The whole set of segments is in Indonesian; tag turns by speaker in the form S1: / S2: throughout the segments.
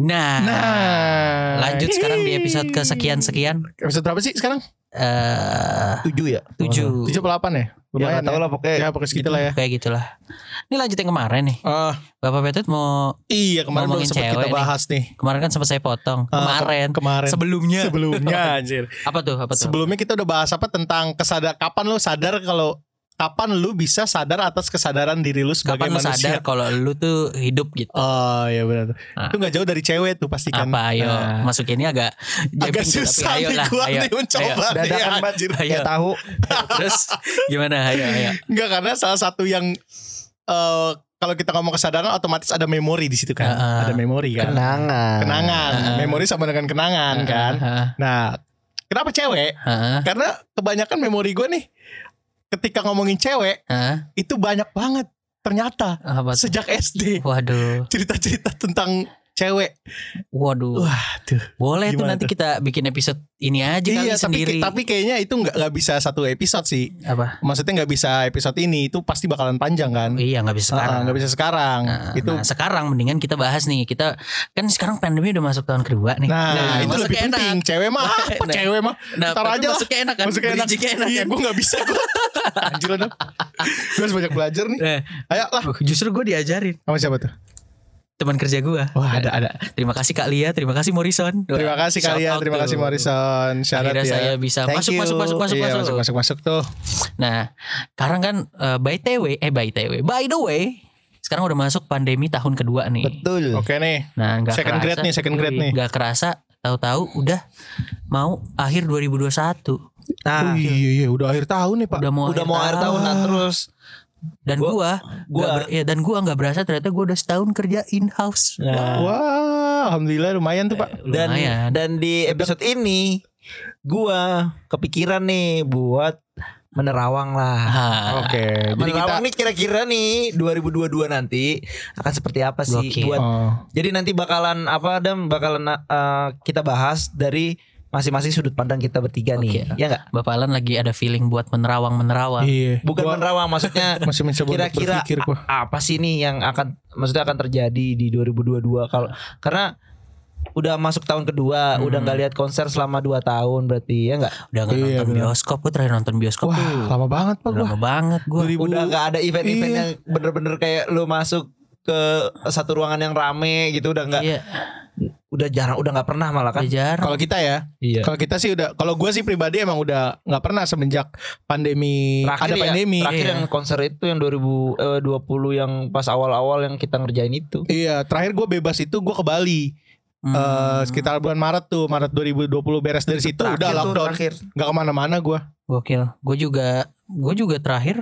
S1: Nah,
S2: Nah,
S1: lanjut sekarang di episode kesekian sekian
S2: Episode berapa sih sekarang?
S1: eh
S3: 7 ya?
S1: tujuh
S2: 78 ya?
S3: Ya
S2: Lumayan
S3: nggak tahu
S2: ya.
S3: lah pokoknya.
S2: Ya, pokoknya segitu lah ya.
S1: kayak gitulah. Ini lanjut yang kemarin nih.
S2: Ah,
S1: Bapak Petut mau
S2: iya kemarin belum
S1: Ngomongin
S2: sempat
S1: cewek
S2: kita
S1: nih.
S2: bahas nih.
S1: kemarin kan sempat saya potong.
S2: Ah,
S1: Kemarin.
S2: ke- kemarin.
S1: Sebelumnya.
S2: Sebelumnya anjir.
S1: Apa tuh? Apa tuh?
S2: Sebelumnya kita udah bahas apa tentang kesadar kapan lo sadar kalau kapan lu bisa sadar atas kesadaran diri lu sebagai
S1: Kapan lu sadar
S2: manusia.
S1: kalau lu tuh hidup gitu?
S2: Oh iya benar.
S1: Ah.
S2: Itu nggak jauh dari cewek tuh pasti kan.
S1: Apa ayo
S2: Nah.
S1: masukinnya agak
S2: Agak
S1: japping tuh, tapi
S2: susah
S1: ayo
S2: nih
S1: lah,
S2: gua
S1: ayo.
S2: nih mencoba nih,
S3: Dadakan banget.
S2: anjir.
S1: Ayo.
S3: Ya tahu.
S1: Terus gimana? Ayo ayo.
S2: Enggak karena salah satu yang eh, kalau kita ngomong kesadaran otomatis ada memori di situ kan.
S1: Heeh.
S2: Ada memori kan.
S3: Kenangan.
S2: kenangan.
S1: Heeh.
S2: Memori sama dengan kenangan
S1: Ah,
S2: kan.
S1: Heeh,
S2: Nah, kenapa cewek?
S1: heeh,
S2: Karena kebanyakan memori gue nih ketika ngomongin cewek
S1: heeh.
S2: itu banyak banget ternyata
S1: ah. Apa tuh?
S2: sejak SD
S1: Waduh,
S2: cerita-cerita tentang cewek.
S1: waduh.
S2: Waduh.
S1: Boleh tuh
S2: Gimana
S1: nanti
S2: tuh?
S1: kita bikin episode ini aja kali
S2: Iya, tapi
S1: sendiri.
S2: tapi kayaknya itu nggak nggak bisa satu episode sih.
S1: apa?
S2: Maksudnya nggak bisa episode ini itu pasti bakalan panjang kan.
S1: Iya, nggak bisa
S2: Ah,
S1: sekarang.
S2: ah, Nggak bisa sekarang.
S1: Nah,
S2: itu
S1: nah, sekarang mendingan kita bahas nih. Kita kan sekarang pandemi udah masuk tahun kedua nih.
S2: Nah, itu
S1: masuknya
S2: lebih penting. Cewek mah
S1: Nah,
S2: apa?
S1: nah.
S2: Cewek mah
S1: Nah,
S2: Ntar aja lah.
S1: masuknya enak kan?
S2: masuk enak.
S1: Bridgingnya enak
S2: Iya,
S1: kan?
S2: gue nggak bisa. Gue anjir lu, dong. Gue harus banyak belajar nih.
S1: Eh,
S2: Ayo lah.
S1: justru gue diajarin
S2: Sama siapa tuh?
S1: teman kerja gue.
S2: Wah, ada ada.
S1: Terima kasih Kak Lia, terima kasih Morrison. Wah,
S2: Terima kasih
S1: shout
S2: kalian,
S1: out
S2: terima
S1: tuh.
S2: kasih Morrison. Syarat
S1: Akhirnya
S2: ya.
S1: saya bisa
S3: Thank
S1: masuk,
S3: you.
S1: masuk masuk masuk
S2: iya,
S1: masuk
S2: masuk masuk masuk tuh.
S1: Nah, sekarang kan eh, by the way, eh by the way, by the way, sekarang udah masuk pandemi tahun kedua nih.
S3: Betul.
S2: Oke nih.
S1: Nah, nggak
S2: Second
S1: kerasa,
S2: grade nih, second grade nih.
S1: Nggak kerasa, tahu-tahu udah mau akhir 2021.
S2: Oh,
S3: Nah,
S2: iya iya udah akhir tahun nih Pak.
S1: Ah. Udah mau
S3: udah mau akhir tahun nah, terus Nah,
S1: Dan
S3: Gua-
S1: gua,
S3: gua-
S1: nggak ber- ya, dan gua nggak berasa ternyata gua udah setahun kerja in house.
S2: Iya.
S3: Nah,
S2: Wah, alhamdulillah lumayan tuh Pak.
S3: dan
S1: Lumayan.
S3: dan di episode ini gua kepikiran nih buat menerawang lah.
S1: Ah,
S2: Oke, jadi kita
S3: menerawang nih kira-kira nih 2022 nanti akan seperti apa sih
S1: Gokil.
S3: buat
S2: Oh.
S3: Jadi nanti bakalan apa Dam bakalan eh, kita bahas dari masing-masing sudut pandang kita bertiga nih.
S1: Oke.
S3: Ya enggak?
S1: Bapak Alan lagi ada feeling buat menerawang-menerawang.
S2: Iya.
S3: Bukan
S2: Gua
S3: menerawang maksudnya
S2: masih mencoba untuk
S3: kira-kira
S2: berpikir gua.
S3: a- apa sih nih yang akan maksudnya akan terjadi di 2022 kalau karena udah masuk tahun kedua,
S2: Hmm.
S3: udah nggak lihat konser selama 2 tahun berarti ya enggak?
S1: Udah nggak
S2: Iya,
S1: nonton
S2: benar.
S1: bioskop, gua terakhir nonton bioskop
S2: Wah,
S1: tuh
S2: lama banget Pak gua.
S1: lama banget gua.
S2: 2000
S3: Udah nggak ada event-event
S2: Iya.
S3: yang bener-bener kayak lu masuk ke satu ruangan yang rame gitu udah nggak
S1: Iya,
S2: Kan,
S3: udah jarang udah nggak pernah malah
S2: Iya.
S3: kan
S1: udah jarang.
S2: Kalau kita ya,
S3: iya
S2: kalau kita sih udah kalau gua sih pribadi emang udah nggak pernah semenjak pandemi
S3: terakhir
S2: ada
S3: ya,
S2: pandemi.
S3: terakhir
S1: Iya.
S3: yang konser itu yang 2020 yang pas awal-awal yang kita ngerjain itu
S2: Iya, terakhir gue bebas itu gue ke Bali
S1: Hmm.
S2: Eh, sekitar bulan Maret tuh, Maret 2020 beres dari situ
S3: Terakhir
S2: udah
S3: tuh,
S2: lockdown,
S3: terakhir
S2: nggak kemana-mana gue.
S1: Gokil. Gue juga, gue juga terakhir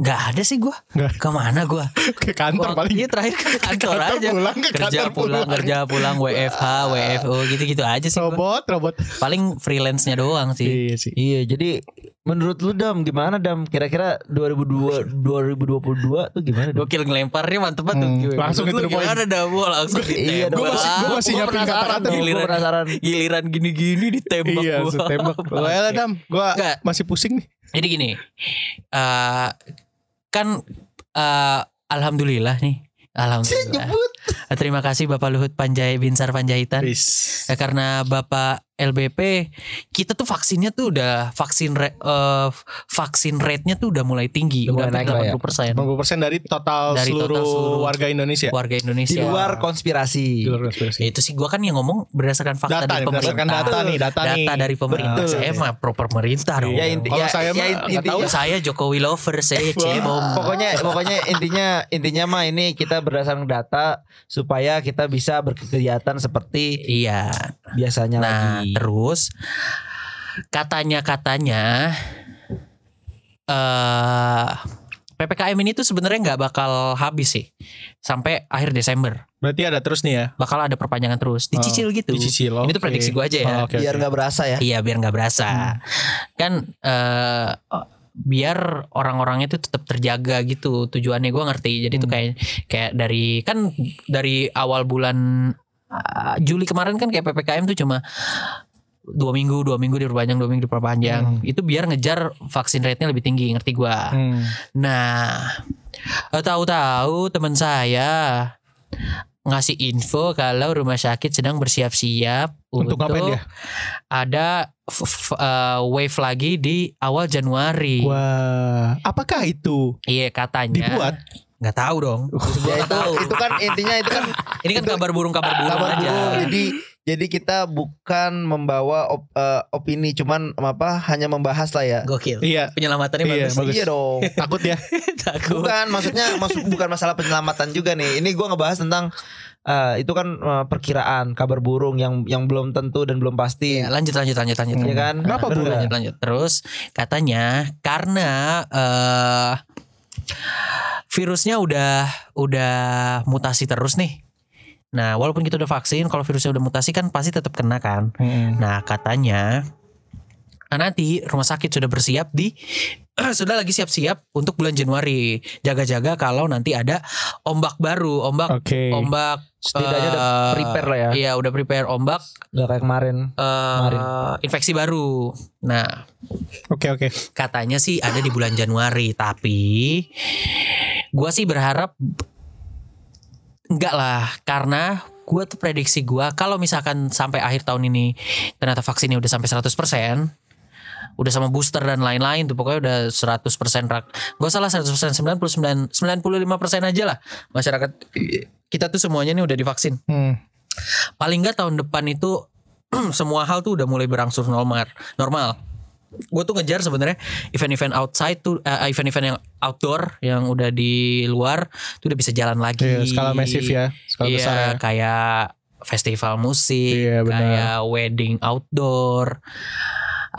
S1: nggak ada sih gue.
S2: Nggak.
S1: Kemana gue?
S2: ke kantor paling.
S1: Iya terakhir ke kantor
S2: Kantor
S1: aja.
S2: pulang ke
S1: Kerja
S2: kantor
S1: pulang,
S2: pulang.
S1: kerja pulang, WFH, WFO gitu-gitu aja sih. gua.
S2: Robot, robot.
S1: Paling freelance-nya doang sih.
S2: Iya sih.
S3: iya jadi menurut lu dam gimana dam kira-kira 2002 2022 tuh gimana dam?
S1: Gokil ngelemparnya mantep banget
S2: Hmm,
S1: tuh.
S2: langsung
S1: Menurut
S2: itu
S1: lu
S2: poin.
S1: Gimana dah Wah, langsung
S3: iya
S1: ditembak.
S3: dong.
S2: Gue masih, gue
S1: Wah,
S2: masih
S3: gua
S2: nyiapin
S3: penasaran
S2: kata-kata.
S3: dong.
S1: giliran,
S3: Gua penasaran.
S1: giliran gini-gini ditembak
S2: Iya,
S1: gua.
S2: tembak. Lah, Dam, gue
S1: Nggak.
S2: masih pusing nih.
S1: Jadi gini, eh kan eh, alhamdulillah nih,
S2: Iya.
S1: alhamdulillah.
S3: nyebut
S1: Terima kasih Bapak Luhut Panjai Binsar Panjaitan. Ya, karena Bapak LBP kita tuh vaksinnya tuh udah vaksin re- eh, vaksin rate-nya tuh udah mulai tinggi,
S3: Udah
S1: udah
S3: mulai naik lah ya.
S1: hampir 80%.
S2: 80% dari total
S1: Dari
S2: seluruh
S1: total seluruh
S2: warga Indonesia.
S1: warga
S3: di
S1: Indonesia.
S3: luar konspirasi
S2: Di luar konspirasi.
S1: Ya, itu sih gua kan yang ngomong berdasarkan fakta
S2: Data
S1: dari
S2: nih,
S1: pemerintah.
S2: berdasarkan data nih, data nih.
S1: dari pemerintah.
S2: Betul. Iya,
S1: Saya mah pro pemerintah dong.
S3: ya inti,
S2: Kalau
S3: ya,
S2: saya
S3: ya
S2: mah
S3: inti-
S2: nggak tahu.
S3: intinya-
S1: Saya Jokowi lover, saya cebong.
S3: Iya, pokoknya pokoknya intinya intinya mah ini kita berdasarkan data supaya kita bisa berkegiatan seperti
S1: Iya.
S3: biasanya
S1: Nah,
S3: lagi
S1: terus katanya-katanya eh PPKM ini tuh sebenarnya nggak bakal habis sih. Sampai akhir Desember.
S2: Berarti ada terus nih ya.
S1: Bakal ada perpanjangan terus, dicicil gitu.
S2: Oh, Dicicil.
S1: Ini
S2: oke.
S1: tuh prediksi gua aja ya.
S2: Oh, oke,
S3: biar
S2: oke.
S3: nggak berasa ya
S1: Iya, biar nggak berasa. Kan eh biar orang-orangnya tuh tetap terjaga gitu. Tujuannya gua ngerti. Jadi tuh kayak kayak dari kan dari awal bulan eh, Juli kemarin kan kayak PPKM tuh cuma dua minggu dua minggu diperpanjang dua minggu diperpanjang itu biar ngejar vaksin rate-nya lebih tinggi ngerti gua
S2: Hmm.
S1: nah eh, tahu-tahu teman saya ngasih info kalau rumah sakit sedang bersiap-siap
S2: Untuk
S1: untuk,
S2: ngapain dia?
S1: ada f- f- eh, wave lagi di awal Januari.
S2: Wah, apakah itu
S1: Iya katanya.
S2: dibuat?
S1: Nggak tahu dong.
S3: Ya, itu
S1: Iya, Tahu.
S3: itu kan intinya itu kan
S1: Ini kan
S3: Itu-
S1: kabar burung kabar burung
S3: kabar
S1: aja.
S3: burung. Jadi jadi kita bukan membawa op- eh, opini cuman apa hanya membahas lah ya.
S1: Gokil.
S2: Iya,
S1: Penyelamatannya
S2: Iya,
S1: bagus.
S2: bagus.
S3: Iya dong.
S2: takut ya.
S1: Takut.
S3: Bukan
S4: maksudnya
S3: masuk bukan masalah penyelamatan juga nih.
S4: ini gue ngebahas tentang eh, itu kan eh, perkiraan kabar burung yang yang belum tentu dan belum pasti
S1: Iya, lanjut lanjut lanjut
S4: ya
S1: lanjut.
S3: Iya
S1: lanjut.
S4: kan
S2: Nah, Kenapa
S1: Terus
S2: burung?
S1: Lanjut lanjut. Terus katanya karena eh virusnya udah udah mutasi terus nih. Nah, walaupun kita udah vaksin, kalau virusnya udah mutasi kan pasti tetap kena kan. Nah, katanya nah, nanti rumah sakit sudah bersiap di sudah lagi siap-siap untuk bulan Januari. Jaga-jaga kalau nanti ada ombak baru, ombak
S2: Oke.
S1: ombak
S4: setidaknya udah
S1: eh,
S4: prepare lah ya
S1: Iya, udah prepare ombak
S4: nggak kayak kemarin
S1: eh,
S4: Kemarin.
S1: infeksi baru. Nah,
S2: Oke, oke.
S1: katanya sih ada di bulan Januari, tapi gua sih berharap enggak lah karena gua tuh prediksi gua kalau misalkan sampai akhir tahun ini ternyata vaksinnya udah sampai 100% udah sama booster dan lain-lain tuh pokoknya udah 100% rak. Gak salah 100% 99 95% aja lah masyarakat kita tuh semuanya nih udah divaksin
S2: Hmm.
S1: paling nggak tahun depan itu semua hal tuh udah mulai berangsur normal normal gue tuh ngejar sebenarnya event-event outside tuh eh, event-event yang outdoor yang udah di luar tuh udah bisa jalan lagi
S2: Iya, skala masif ya, skala
S1: Iya,
S2: besar ya.
S1: kayak festival musik
S2: Iya, benar.
S1: kayak wedding outdoor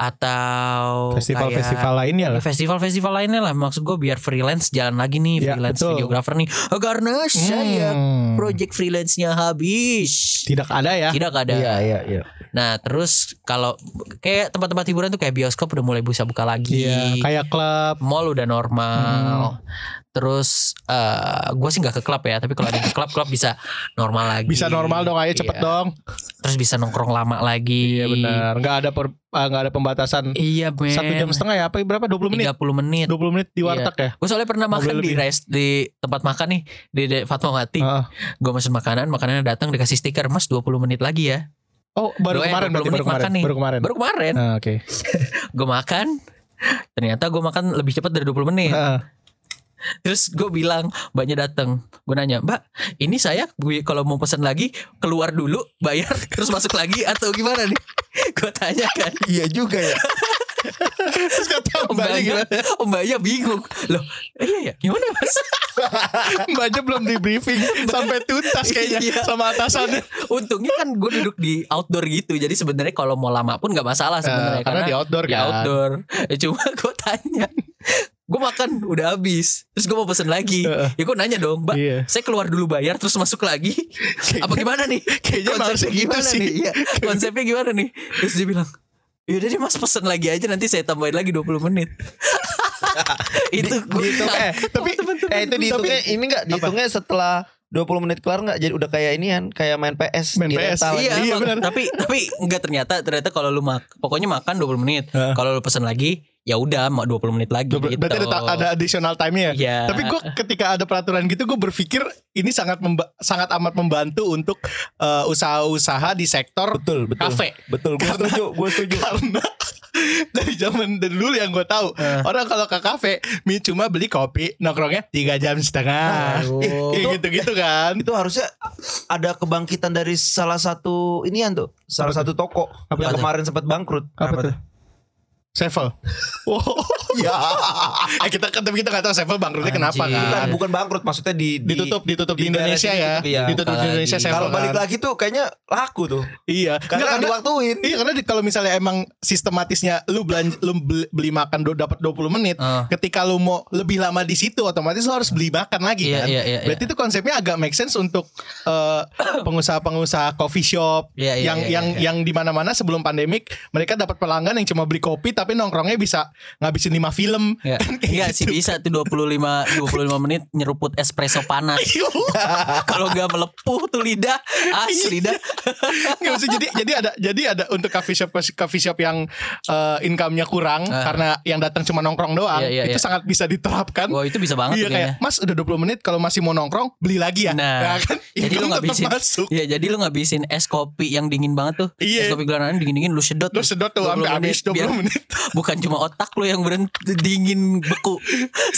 S1: atau
S2: Festival-festival lainnya
S1: kayak
S2: lah.
S1: festival-festival lainnya lah maksud gue biar freelance jalan lagi nih
S2: Ya,
S1: freelance
S2: betul.
S1: videographer nih karena saya
S2: Hmm.
S1: project freelance-nya habis
S2: tidak ada ya.
S1: tidak ada.
S3: Iya iya iya.
S1: Nah, terus kalau kayak tempat-tempat hiburan tuh kayak bioskop udah mulai bisa buka lagi.
S2: Iya, kayak Hmm. klub.
S1: Mall udah normal. Terus eh gue sih nggak ke klub ya, tapi kalau ada yang ke klub klub bisa normal lagi.
S2: Bisa normal dong, ayo cepet
S1: Iya.
S2: dong.
S1: Terus bisa nongkrong lama lagi.
S2: Iya benar. Enggak ada per, ah, nggak ada pembatasan
S1: Iya, men.
S2: satu jam setengah ya apa berapa 20 menit
S1: 30 menit.
S2: 20 menit di
S1: Iya.
S2: warteg ya
S1: Gue soalnya pernah
S2: Mobil
S1: makan di
S2: lebih.
S1: rest di tempat makan nih di, di Fatmawati.
S2: Heeh.
S1: Gue pesen makanan, makanannya datang dikasih stiker, "Mas, 20 menit lagi ya."
S2: oh baru
S1: Doain
S2: kemarin
S1: 20
S2: berarti baru
S1: menit
S2: kemarin
S1: makan nih.
S2: baru kemarin
S1: Baru kemarin
S2: Ah, oke
S1: gue makan Ternyata gue makan lebih cepat dari 20 menit
S2: Heeh.
S1: Terus gue bilang mbaknya datang, gue nanya mbak, ini saya gue kalau mau pesan lagi keluar dulu bayar terus masuk lagi atau gimana nih? Gue tanya kan,
S3: Iya juga ya.
S2: terus kata mbaknya
S1: mbaknya,
S2: gimana
S1: mbaknya bingung, loh iya ya gimana mas?
S2: mbaknya belum di briefing sampai tuntas
S1: Iya.
S2: kayaknya sama atasannya
S1: Untungnya kan gue duduk di outdoor gitu, jadi sebenarnya kalau mau lama pun nggak masalah sebenarnya
S2: Eh, karena di outdoor
S1: di
S2: kan.
S1: outdoor. Ya, cuma gue tanya, gue makan udah habis, terus gue mau pesan lagi,
S2: Heeh.
S1: ya gue nanya dong mbak,
S2: Iya.
S1: saya keluar dulu bayar terus masuk lagi, apa gimana nih?
S2: Kayaknya
S1: konsepnya
S2: harusnya gitu
S1: gimana
S2: sih.
S1: nih? Iya, konsepnya gimana nih? Terus dia bilang, Yaudah deh mas pesen lagi aja nanti saya tambahin lagi 20 menit. itu gue
S2: eh ya. tapi
S3: gitu. Eh itu dihitungnya ini enggak dihitungnya setelah 20 menit kelar nggak jadi udah kayak inian kayak main gitu PS
S2: Main
S3: di
S2: PS,
S3: rental
S1: Iya,
S3: aja.
S2: Iya,
S1: emang.
S2: benar.
S1: tapi tapi enggak ternyata ternyata kalau lu mak pokoknya makan 20 menit.
S2: Heeh.
S1: Kalau lu pesen lagi ya udah mau 20 menit lagi
S2: Dua-
S1: gitu.
S2: Berarti ada, ta- ada additional time-nya ya.
S1: Iya.
S2: Tapi gue ketika ada peraturan gitu, gue berpikir ini sangat memba- sangat amat membantu untuk eh, usaha-usaha di sektor
S4: betul betul
S2: kafe.
S4: betul gue setuju gue setuju
S2: Karena dari zaman dulu yang gue tahu
S1: Eh.
S2: orang kalau ke kafe, mi cuma beli kopi nongkrongnya tiga jam setengah,
S4: Aduh.
S2: Kayak gitu-gitu kan.
S3: Itu harusnya ada kebangkitan dari salah satu inian tuh, salah satu toko
S2: Apa
S3: yang
S2: tuh?
S3: kemarin sempat bangkrut.
S2: Apa tuh? Sevel.
S3: Oh.
S2: Wow. ya. eh kita tapi kita nggak tahu Sevel bangkrutnya kenapa
S1: Anjing.
S3: Bukan,
S2: kan.
S3: bukan bangkrut maksudnya di, di-
S2: Ditutup, ditutup di,
S3: di daerah
S2: Indonesia
S3: sini
S2: ya.
S3: tutup, iya.
S2: Ditutup di
S1: Buka
S2: Indonesia
S1: lagi.
S2: Sevel.
S3: Kalau balik
S2: kan.
S3: lagi tuh kayaknya laku tuh.
S2: Iya,
S3: Karena
S2: Nggak,
S3: kan diwaktuin.
S2: Iya karena di- kalau misalnya emang sistematisnya lu belanja lu beli, beli makan do, dapat 20 menit,
S1: Ah.
S2: ketika lu mau lebih lama di situ otomatis lu harus beli makan
S1: Iya,
S2: lagi kan.
S1: iya, iya,
S2: Berarti itu konsepnya agak make sense untuk eh, pengusaha-pengusaha coffee shop
S1: Iya, iya,
S2: yang
S1: iya,
S2: yang
S1: iya.
S2: yang di mana-mana sebelum pandemik mereka dapat pelanggan yang cuma beli kopi tapi nongkrongnya bisa ngabisin 5 film. gitu.
S1: Ya. Enggak sih bisa tuh 25 25 menit nyeruput espresso panas. Kalau nggak melepuh tuh lidah, asli lidah.
S2: Nggak usah jadi jadi ada jadi ada untuk coffee shop coffee shop yang eh, income-nya kurang
S1: Ah.
S2: karena yang datang cuma nongkrong doang.
S1: Iya, iya, iya.
S2: itu sangat bisa diterapkan.
S1: Wah, itu bisa banget
S2: Iya
S1: tuh
S2: kayak
S1: kayaknya.
S2: Mas udah 20 menit kalau masih mau nongkrong beli lagi ya.
S1: Nah,
S2: kan
S1: jadi lu
S2: income tetap
S1: ngabisin
S2: masuk.
S1: Iya, jadi lu ngabisin es kopi yang dingin banget tuh. Es
S2: Iya.
S1: kopi gelaran dingin-dingin lu sedot.
S2: Lu sedot tuh sampai
S1: 20
S2: habis
S1: menit, biar-
S2: 20 menit.
S1: Bukan cuma otak lu yang berhenti dingin beku.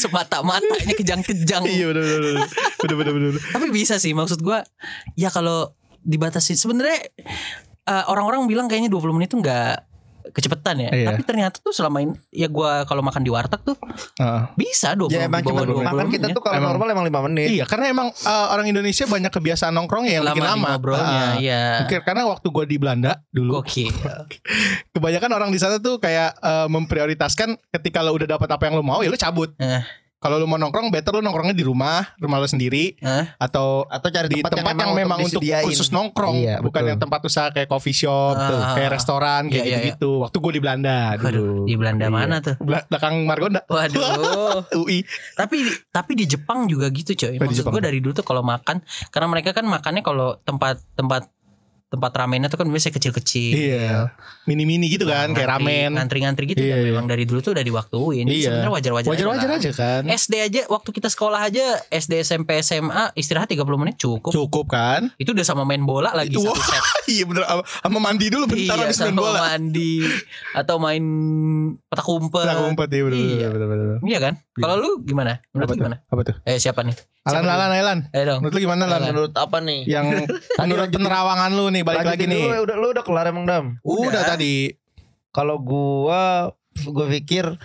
S1: Semata-matanya kejang-kejang.
S2: Iya benar benar. Benar benar benar.
S1: Tapi bisa sih maksud gua ya kalau dibatasi sebenarnya eh, orang-orang bilang kayaknya 20 menit tuh nggak kecepetan ya.
S2: Iya.
S1: Tapi ternyata tuh selama ini ya gua kalau makan di warteg tuh
S2: Heeh.
S1: bisa
S2: Iya,
S1: 20
S3: Ya emang
S1: di
S3: cuma
S1: bawah 20
S3: makan
S1: menit
S3: kita
S1: ya.
S3: tuh kalau
S2: Emang.
S3: normal emang 5 menit.
S2: Iya, karena emang eh, orang Indonesia banyak kebiasaan nongkrongnya yang
S1: Iya. lama,
S2: bikin
S1: di
S2: lama.
S1: ngobrolnya
S2: Ah,
S1: ya.
S2: Mungkin karena waktu gue di Belanda dulu,
S1: Oke.
S2: kebanyakan orang di sana tuh kayak eh, memprioritaskan ketika lo udah dapat apa yang lo mau, ya lo cabut.
S1: Eh.
S2: Kalau lo mau nongkrong, better lo nongkrongnya di rumah, rumah lo sendiri,
S1: Eh.
S2: atau
S3: Atau cari
S2: di tempat, yang, memang untuk
S3: disediain.
S2: khusus nongkrong,
S4: Iya,
S2: bukan
S4: betul.
S2: yang tempat usaha kayak coffee shop,
S1: Ah.
S2: kayak restoran, kayak
S1: Iya, iya,
S2: gitu-gitu. Waktu gue di Belanda dulu,
S1: Waduh, di Belanda
S2: Iya.
S1: mana tuh?
S2: Bel- belakang Margonda,
S1: Waduh.
S2: UI.
S1: tapi tapi di Jepang juga gitu coy.
S2: Oh, di
S1: Maksud
S2: Jepang. ya?
S1: gue dari dulu tuh kalau makan karena mereka kan makannya kalau tempat-tempat tempat ramennya tuh kan biasanya kecil-kecil.
S2: Iya, mini-mini gitu kan, kayak
S1: Ngantri-
S2: ramen.
S1: Ngantri-ngantri gitu Ah,
S2: Iya,
S1: kan
S2: iya.
S1: memang dari dulu tuh udah diwaktuin. Jadi
S2: Iya.
S1: Sebenarnya wajar-wajar
S2: Wajar-wajar
S1: lah.
S2: aja kan.
S1: SD aja waktu kita sekolah aja SD SMP SMA istirahat 30 menit cukup.
S2: Cukup kan?
S1: Itu udah sama main bola lagi
S2: Wah,
S1: satu set.
S2: Iya bener Sama- Sama mandi dulu bentar
S1: iya,
S2: habis main
S1: sama
S2: bola
S1: mandi atau main petak umpet.
S2: Nah, ngumpet iya bener
S1: Iya.
S2: bener, bener, bener.
S1: Iya kan? Kalau lu gimana? Menurut
S2: Apa
S1: lu
S2: tuh?
S1: gimana?
S2: Apa tuh?
S1: Eh siapa nih?
S2: Alan,
S1: Siapa
S2: Alan, Alan
S1: Eh dong.
S2: Menurut lu gimana Lan?
S1: Alan.
S3: Menurut apa nih?
S2: Yang menurut
S3: lanjutin-
S2: penerawangan lu nih Iya. Balik lagi
S3: Lanjutin
S2: nih
S3: dulu, Udah, lu udah kelar emang Dam.
S2: Udah tadi
S3: Kalau gua gua pikir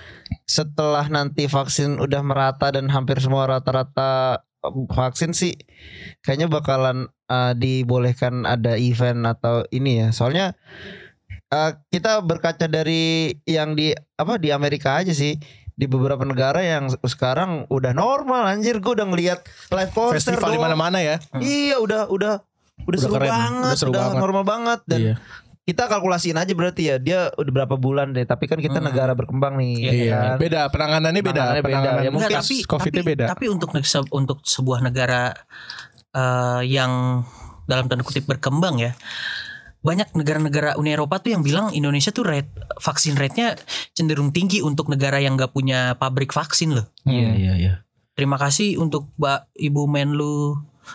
S3: setelah nanti vaksin udah merata dan hampir semua rata-rata vaksin sih kayaknya bakalan eh, dibolehkan ada event atau ini ya. Soalnya eh, kita berkaca dari yang di apa di Amerika aja sih di beberapa negara yang sekarang udah normal anjir gua udah ngeliat live konser
S2: Festival di
S3: doang.
S2: mana-mana ya
S1: Hmm.
S3: Iya udah udah udah,
S2: Udah
S3: seru
S2: keren,
S3: banget,
S2: udah
S3: udah,
S2: seru banget.
S3: normal banget dan
S2: Iya.
S3: kita kalkulasiin aja berarti ya dia udah berapa bulan deh tapi kan kita
S1: Hmm.
S3: negara berkembang nih
S1: Iya,
S3: ya
S2: Iya
S3: kan?
S2: Beda Penanganannya beda
S3: Penanganannya beda.
S2: Penanganan
S3: Ya,
S1: Enggak,
S2: mungkin Covid-nya
S1: tapi,
S2: beda
S1: Tapi untuk ne- se- untuk sebuah negara eh, yang dalam tanda kutip berkembang ya. Banyak negara-negara Uni Eropa tuh yang bilang Indonesia tuh rate vaksin rate-nya cenderung tinggi untuk negara yang nggak punya pabrik vaksin loh.
S3: Hmm.
S2: Iya iya iya
S1: Terima kasih untuk Mbak Ibu Menlu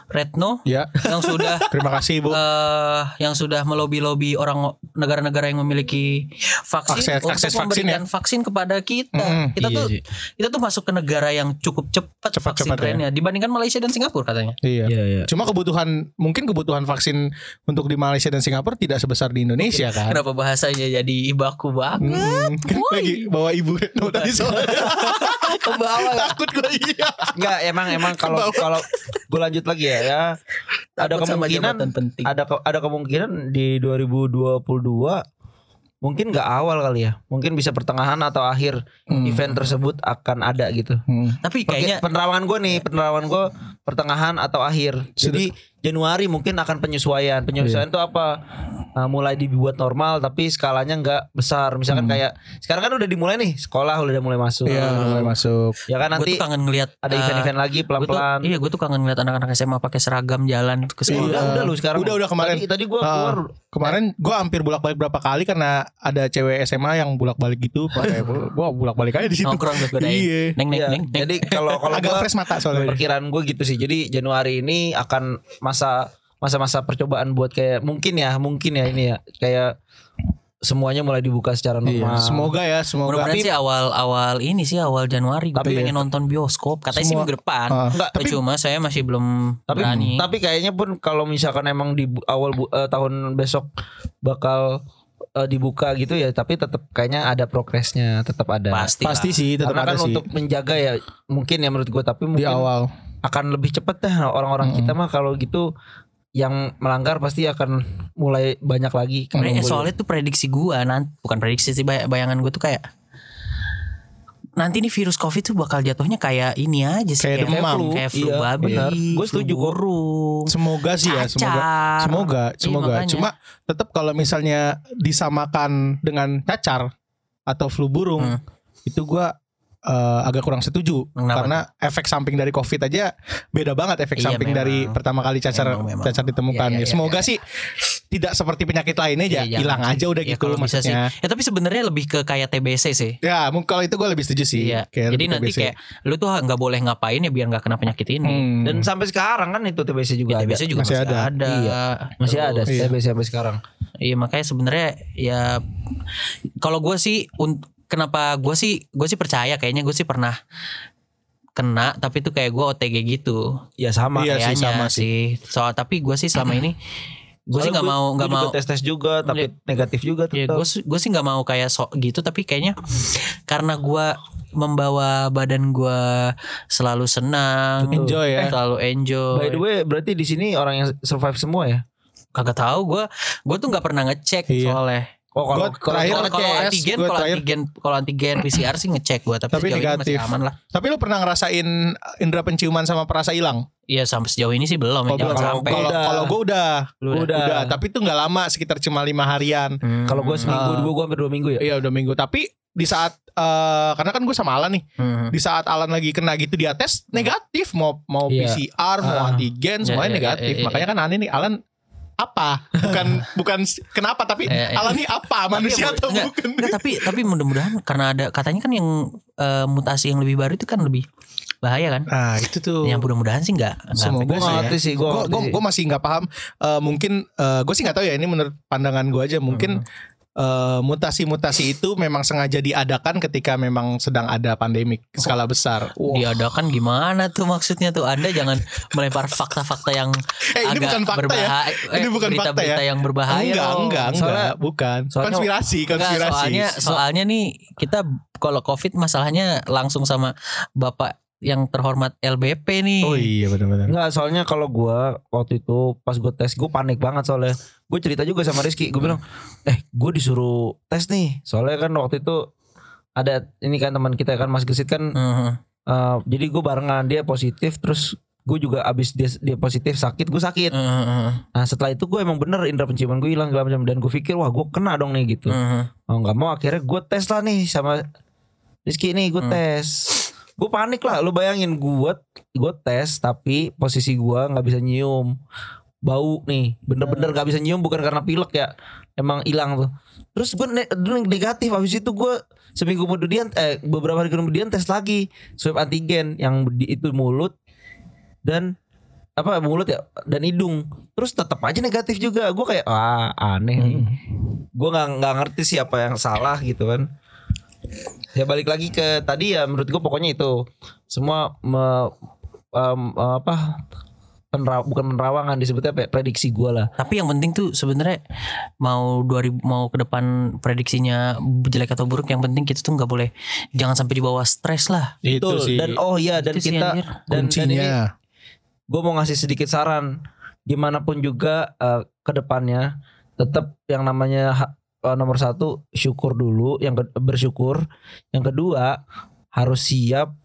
S1: Retno
S2: Ya.
S1: yang sudah
S2: Terima kasih Bu
S1: eh, yang sudah melobi-lobi orang negara-negara yang memiliki vaksin
S2: Akses-
S1: untuk
S2: akses vaksin
S1: memberikan vaksin kepada kita.
S2: Mm,
S1: kita
S2: iya
S1: tuh
S2: sih.
S1: kita tuh masuk ke negara yang cukup cepat
S2: Cepat-
S1: vaksin
S2: cepat ya.
S1: trennya dibandingkan Malaysia dan Singapura katanya.
S2: Iya
S4: Iya iya.
S2: Cuma kebutuhan Mungkin kebutuhan vaksin Untuk di Malaysia dan Singapura Tidak sebesar di Indonesia kan
S1: Kenapa bahasanya jadi baku
S3: Hmm.
S1: banget?
S2: Mm, kan
S1: boy.
S2: lagi bawa ibu Retno tadi soalnya
S3: ke bawah
S2: takut gue iya
S3: ya. Enggak emang emang kalau kalau gue lanjut lagi ya ya ada
S1: Takut sama
S3: kemungkinan
S1: jabatan penting.
S3: ada ke- ada kemungkinan di 2022 mungkin nggak awal kali ya mungkin bisa pertengahan atau akhir
S2: Hmm.
S3: event tersebut akan ada gitu
S1: Tapi kayaknya
S3: Kayaknya penerawangan gue nih, penerawangan gue pertengahan atau akhir. Jadi Januari mungkin akan penyesuaian. Penyesuaian itu apa? Nah, mulai dibuat normal tapi skalanya nggak besar. Misalkan kayak sekarang kan udah dimulai nih, sekolah udah mulai masuk.
S2: Iya mulai masuk
S3: Ya kan
S1: gue
S3: nanti
S1: tuh kangen ngelihat
S3: ada event-event lagi pelan-pelan.
S1: Iya, gue tuh kangen ngeliat anak-anak SMA pakai seragam jalan ke
S3: Oh,
S1: sekolah.
S3: Udah, udah lu sekarang.
S2: Iya. Udah, udah kemarin.
S3: Tadi, tadi gue
S2: Ah.
S3: keluar.
S2: Kemarin gue hampir bolak-balik berapa kali karena ada cewek SMA yang bolak-balik gitu. gue bolak-balik aja di
S3: Oh,
S2: situ.
S1: Nongkrong ke godain.
S2: Iya.
S1: Neng neng
S3: Gitu. Iya.
S1: neng. neng.
S3: Jadi kalau kalau
S2: Agak
S3: gua-
S2: fresh ya. mata soalnya.
S3: perkiraan gue gitu sih jadi Januari ini akan masa masa-masa percobaan buat kayak mungkin ya mungkin ya ini ya kayak semuanya mulai dibuka secara normal
S2: Semoga ya, semoga.
S1: Mudah-mudahan
S2: Tapi,
S1: sih awal-awal ini sih awal Januari gue
S3: Iya.
S2: Tapi-
S1: pengen nonton bioskop katanya sih
S2: Semua-
S1: minggu depan.
S2: Ah,
S3: Enggak,
S1: tapi, cuma saya masih belum
S3: Oh, tapi
S1: berani.
S3: tapi kayaknya pun kalau misalkan emang di bu- awal bu- eh, tahun besok bakal eh, dibuka gitu ya tapi tetap kayaknya ada progresnya tetap ada
S1: pasti.
S2: Eh, pasti sih tetap
S3: karena
S2: ada
S3: kan
S2: sih
S3: untuk menjaga ya mungkin ya menurut gue
S2: di
S3: tapi mungkin
S2: awal.
S3: akan lebih cepet deh orang-orang kita mah kalau gitu yang melanggar pasti akan mulai banyak lagi
S1: Pre- eh,
S3: Kalau-
S1: soalnya tuh prediksi gua nanti bukan prediksi sih bay- bayangan gua tuh kayak nanti nih virus covid tuh bakal jatuhnya kayak ini aja sih
S2: Kayak demam.
S1: flu, kayak flu
S3: Iya,
S1: babi,
S3: benar. Gua
S1: Gua
S3: setuju, kok.
S1: burung,
S2: Semoga sih ya, semoga.
S1: cacar.
S2: Semoga,
S1: Iya,
S2: semoga.
S1: makanya.
S2: Cuma tetap kalau misalnya disamakan dengan cacar, atau flu burung
S1: Hmm.
S2: itu gua eh, agak kurang setuju
S1: Kenapa
S2: karena efek samping dari covid aja beda banget efek
S1: Iya,
S2: samping
S1: memang.
S2: dari pertama kali cacar
S1: Memang, memang.
S2: cacar ditemukan
S1: Iya, iya,
S2: ya, semoga
S1: iya.
S2: sih tidak seperti penyakit lainnya ya
S1: Iya,
S2: hilang
S1: jangan
S2: aja udah
S1: Ya,
S2: gitu
S1: kalau
S2: loh
S1: bisa sih.
S2: maksudnya
S1: Ya tapi sebenarnya lebih ke kayak TBC sih.
S2: ya mungkin kalau itu gue lebih setuju sih
S1: Iya. Jadi
S2: Kayak lebih
S1: nanti
S2: TBC.
S1: kayak lu tuh nggak boleh ngapain ya biar nggak kena penyakit ini.
S2: Hmm.
S3: Dan sampai sekarang kan itu
S1: Ya,
S3: TBC juga ada.
S1: TBC juga
S2: Masih
S1: masih,
S2: ada.
S1: ada.
S3: Iya. Masih ada
S1: Terus,
S2: Iya.
S3: TBC sampai sekarang.
S1: Iya makanya sebenarnya ya kalau gue sih un- kenapa gue sih gue sih percaya kayaknya gue sih pernah kena tapi itu kayak gue OTG gitu
S3: Ya sama.
S2: Iya sih,
S1: kayaknya
S2: sama
S1: sih. Soal tapi gue sih selama ini gue sih nggak mau nggak mau
S3: tes tes juga tapi negatif juga
S1: Ya
S3: tetap.
S1: gue gue sih nggak mau kayak sok gitu tapi kayaknya karena gue membawa badan gue selalu senang,
S2: Enjoy ya.
S1: selalu enjoy.
S3: By the way, berarti di sini orang yang survive semua ya?
S1: Kagak tahu gue gue tuh nggak pernah ngecek
S2: Iya.
S1: soalnya.
S3: Oh, kalau
S2: Gua
S3: kalau
S2: terakhir-
S1: Kalau kalau
S2: ngecek,
S1: antigen
S2: gua
S1: kalau
S2: terakhir.
S1: antigen kalau antigen PCR sih ngecek gue tapi,
S2: Tapi
S1: sejauh ini
S2: negatif.
S1: masih aman lah.
S2: tapi lu pernah ngerasain indera penciuman sama perasa hilang
S1: Iya sampai sejauh ini sih belum.
S2: kalau
S1: ya, jangan
S2: belum?
S1: sampai.
S2: kalau
S3: Udah.
S2: kalau gue udah
S1: Lu
S3: udah,
S2: ya. udah, tapi itu nggak lama sekitar cuma lima harian
S1: Hmm.
S3: kalau gue seminggu
S2: Ah.
S3: dua gue hampir dua minggu ya.
S2: iya udah minggu tapi di saat eh, karena kan gue sama Alan nih
S1: Hmm.
S2: di saat Alan lagi kena gitu dia tes negatif mau mau
S3: Iya.
S2: PCR mau
S3: Ah.
S1: Iya,
S2: antigen semuanya
S1: iya,
S2: negatif
S1: iya, iya,
S2: makanya kan aneh nih Alan apa bukan bukan s- kenapa tapi
S1: Iya, iya.
S2: Alan nih apa manusia
S1: emang-
S2: atau
S1: enggak,
S2: bukan
S1: Nggak, tapi tapi mudah-mudahan karena ada katanya kan yang eh, mutasi yang lebih baru itu kan lebih bahaya kan.
S2: nah itu tuh
S1: Yang mudah-mudahan sih nggak. nggak sampai.
S2: Semoga
S3: Gue
S2: sih ya.
S3: ngerti sih, gue
S2: gue
S3: ngerti. sih.
S2: masih nggak paham Eh, mungkin gue sih nggak tahu ya ini menurut pandangan gue aja mungkin
S3: Hmm.
S2: eh, mutasi-mutasi itu memang sengaja diadakan ketika memang sedang ada pandemik
S3: Oh.
S2: skala besar.
S1: diadakan gimana tuh maksudnya tuh Anda jangan melempar fakta-fakta yang
S2: Eh
S1: agak
S2: ini bukan fakta ya.
S1: berbahaya eh,
S2: Ini bukan fakta ya.
S1: berita-berita yang berbahaya
S2: enggak,
S1: dong.
S2: enggak, enggak,
S3: Soalnya-
S2: bukan.
S3: soalnya-
S2: konspirasi,
S1: Enggak,
S2: konspirasi.
S1: soalnya soalnya nih kita kalau covid masalahnya langsung sama bapak yang terhormat LBP nih
S2: oh iya benar-benar.
S3: Enggak, soalnya kalau gue waktu itu pas gue tes gue panik banget soalnya. Gue cerita juga sama Rizky, gue bilang, eh gue disuruh tes nih. Soalnya kan waktu itu ada ini kan teman kita kan Mas Gesit kan
S1: Mhm.
S3: eh, jadi gue barengan dia positif terus gue juga abis dia, dia positif sakit gue sakit
S1: Mhm.
S3: nah setelah itu gue emang bener indera penciuman gue hilang segala macam dan gue pikir wah gue kena dong nih gitu
S1: Mhm.
S3: Oh nggak mau akhirnya gue tes lah nih sama Rizky nih gue
S1: Hmm.
S3: tes. Gue panik lah. Lu bayangin gue gue tes tapi posisi gue nggak bisa nyium bau nih. Bener-bener nggak bisa nyium bukan karena pilek ya. Emang hilang tuh. Terus gue ne- dulu negatif. Habis itu gue seminggu kemudian eh beberapa hari kemudian tes lagi swab antigen yang di- itu mulut dan apa mulut ya dan hidung terus tetap aja negatif juga gue kayak ah aneh nih gue nggak nggak ngerti sih apa yang salah gitu kan ya balik lagi ke tadi ya menurut gue pokoknya itu semua me- em, apa penera- bukan penerawangan disebutnya apa ya, prediksi gue lah
S1: Tapi yang penting tuh sebenarnya mau 2000 mau ke depan prediksinya jelek atau buruk yang penting kita tuh nggak boleh jangan sampai dibawa stres lah.
S2: Itu
S3: Betul.
S2: sih.
S3: dan oh iya dan
S1: Itu sih,
S3: kita
S1: anjir.
S3: dan, dan ini
S2: kuncinya.
S3: gue mau ngasih sedikit saran gimana pun juga eh, ke depannya tetap yang namanya ha- eh, nomor satu syukur dulu yang ke- bersyukur yang kedua harus siap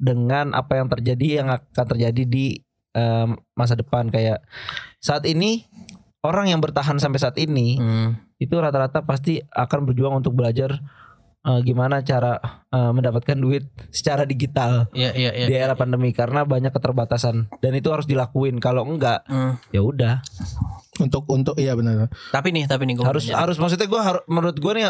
S3: dengan apa yang terjadi yang akan terjadi di eh, masa depan kayak saat ini orang yang bertahan sampai saat ini
S1: Hmm.
S3: itu rata-rata pasti akan berjuang untuk belajar eh, gimana cara eh, mendapatkan duit secara digital
S1: Iya iya iya.
S3: di era pandemi karena banyak keterbatasan dan itu harus dilakuin kalau enggak
S1: Hmm.
S3: ya udah
S2: Untuk untuk iya benar.
S1: Tapi nih tapi nih gue
S3: harus harus maksudnya gue menurut gue nih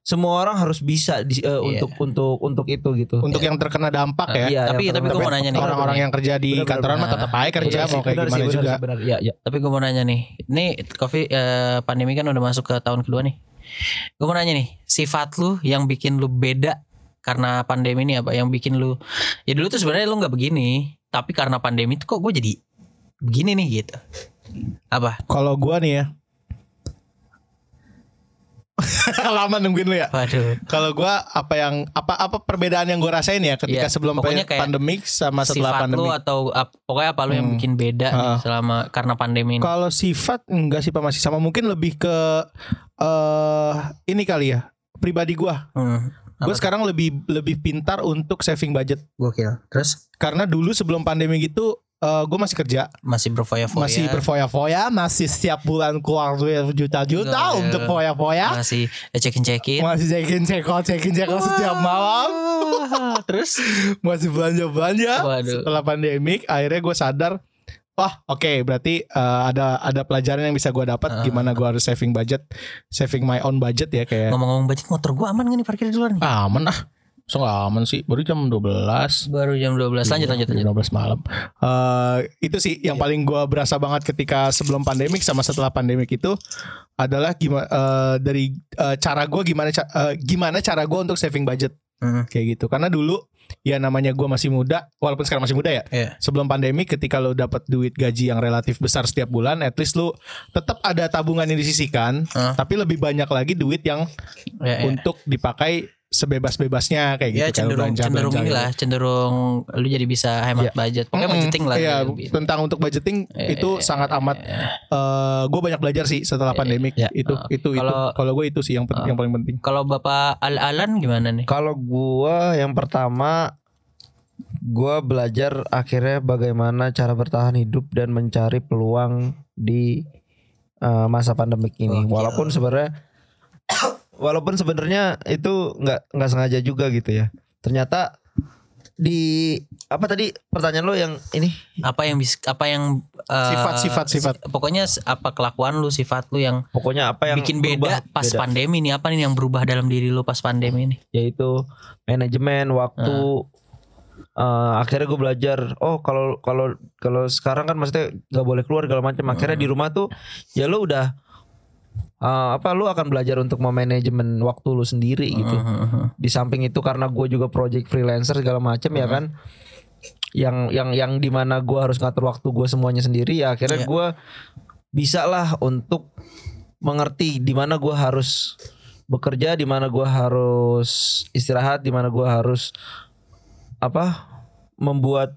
S3: semua orang harus bisa di- eh,
S1: Iya.
S3: untuk untuk untuk itu gitu
S2: Untuk yang terkena dampak ya.
S3: Iya,
S1: tapi
S3: yang
S1: tapi gue
S3: terkena
S1: mau nanya nih
S2: Orang-orang yang kerja di
S3: Benar-benar.
S2: kantoran mah tetap aja kerja mau
S3: Benar sih,
S2: kayak
S3: benar
S2: gimana
S3: sih, benar
S2: juga.
S3: sih, benar. ya ya
S1: Tapi gue mau nanya nih, ini COVID eh, pandemi kan udah masuk ke tahun kedua nih. Gue mau nanya nih, sifat lu yang bikin lu beda karena pandemi ini apa? Yang bikin lu, ya dulu tuh sebenarnya lu nggak begini, tapi karena pandemi tuh kok gue jadi begini nih gitu. Apa?
S2: Kalau gua nih ya. Lama nungguin lu ya.
S1: Waduh.
S2: Kalau gua apa yang apa apa perbedaan yang gua rasain ya ketika
S1: Iya,
S2: sebelum
S1: pokoknya
S2: pe-
S1: kayak
S2: pandemik sama setelah
S1: sifat lu
S2: pandemik.
S1: atau ap- pokoknya apa lu yang
S2: Hmm.
S1: bikin beda nih
S2: Ah.
S1: selama karena pandemi ini?
S2: Kalau sifat enggak sih Pak masih sama mungkin lebih ke eh ini kali ya pribadi gua.
S1: Hmm.
S2: Gua
S1: Apa
S2: sekarang lebih lebih pintar untuk saving budget
S1: Gokil. Terus?
S2: karena dulu sebelum pandemi gitu eh, gue masih kerja,
S1: masih berfoya-foya
S2: masih berfoya-foya, masih setiap bulan keluar duit
S1: Iya.
S2: juta-juta untuk foya-foya,
S1: masih cekin-cekin
S2: masih cekin cekot, cekin cekot setiap malam,
S1: Wah, terus
S2: masih belanja-belanja.
S1: waduh
S2: Setelah pandemik, akhirnya gue sadar, wah oke berarti eh, ada ada pelajaran yang bisa gue
S1: Ah.
S2: dapat gimana gue harus saving budget, saving my own budget ya kayak.
S1: ngomong-ngomong budget motor gua aman gak nih parkir di luar nih
S2: Aman ah, so nggak aman sih, baru jam 12
S1: baru jam 12
S2: Iya,
S1: lanjut lanjut lanjut Iya.
S2: 12 malam. Eh, itu sih yang paling gua berasa banget ketika sebelum pandemik sama setelah pandemik itu adalah gimana dari eh, cara gua gimana ca- eh, gimana cara gua untuk saving budget
S1: Hmm.
S2: kayak gitu. Karena dulu ya namanya gua masih muda, walaupun sekarang masih muda ya.
S1: Iya.
S2: Sebelum pandemik ketika lo dapat duit gaji yang relatif besar setiap bulan, at least lu tetap ada tabungan yang disisikan,
S1: Ah.
S2: tapi lebih banyak lagi duit yang
S1: ya, ya.
S2: untuk dipakai sebebas-bebasnya gitu, kayak gitu
S1: ya
S2: kayak
S1: cenderung
S2: belanja- gitu.
S1: cenderung
S2: belanja
S1: inilah cenderung lu jadi bisa hemat budget pokoknya
S2: Mm-mm.
S1: budgeting lah
S2: Iya,
S1: lebih.
S2: tentang untuk budgeting
S1: Iya,
S2: itu
S1: iya,
S2: sangat amat
S1: iya.
S2: gue banyak belajar sih setelah
S1: Iya,
S2: pandemik
S1: iya.
S2: itu,
S1: Ah,
S2: itu itu
S1: kalau-
S2: kalau gue itu sih yang pen-
S1: Ah.
S2: yang paling penting
S1: kalau bapak Al Alan gimana nih
S3: Kalau gua yang pertama gua belajar akhirnya bagaimana cara bertahan hidup dan mencari peluang di eh, masa pandemik ini.
S1: Oke.
S3: Walaupun sebenarnya walaupun sebenarnya itu nggak nggak sengaja juga gitu ya. Ternyata di apa tadi pertanyaan lo yang ini
S1: apa yang bisa apa yang eh,
S2: Sifat, sifat, sifat.
S1: si- pokoknya s- apa kelakuan lu sifat lu yang,
S3: pokoknya apa yang
S1: bikin
S3: berubah?
S1: beda pas pandemi nih apa nih yang berubah dalam diri lu pas pandemi ini
S3: yaitu manajemen waktu Eh, akhirnya gue belajar oh kalau kalau kalau sekarang kan maksudnya nggak boleh keluar segala macam akhirnya di rumah tuh ya lu udah eh, apa lu akan belajar untuk memanajemen waktu lu sendiri gitu
S1: Mm-hmm,
S3: di samping itu karena gue juga project freelancer segala macam ya
S1: Hmm.
S3: kan yang yang yang dimana gue harus ngatur waktu gue semuanya sendiri ya akhirnya
S1: Iya.
S3: gue bisa lah untuk mengerti di mana gue harus bekerja di mana gue harus istirahat di mana gue harus apa membuat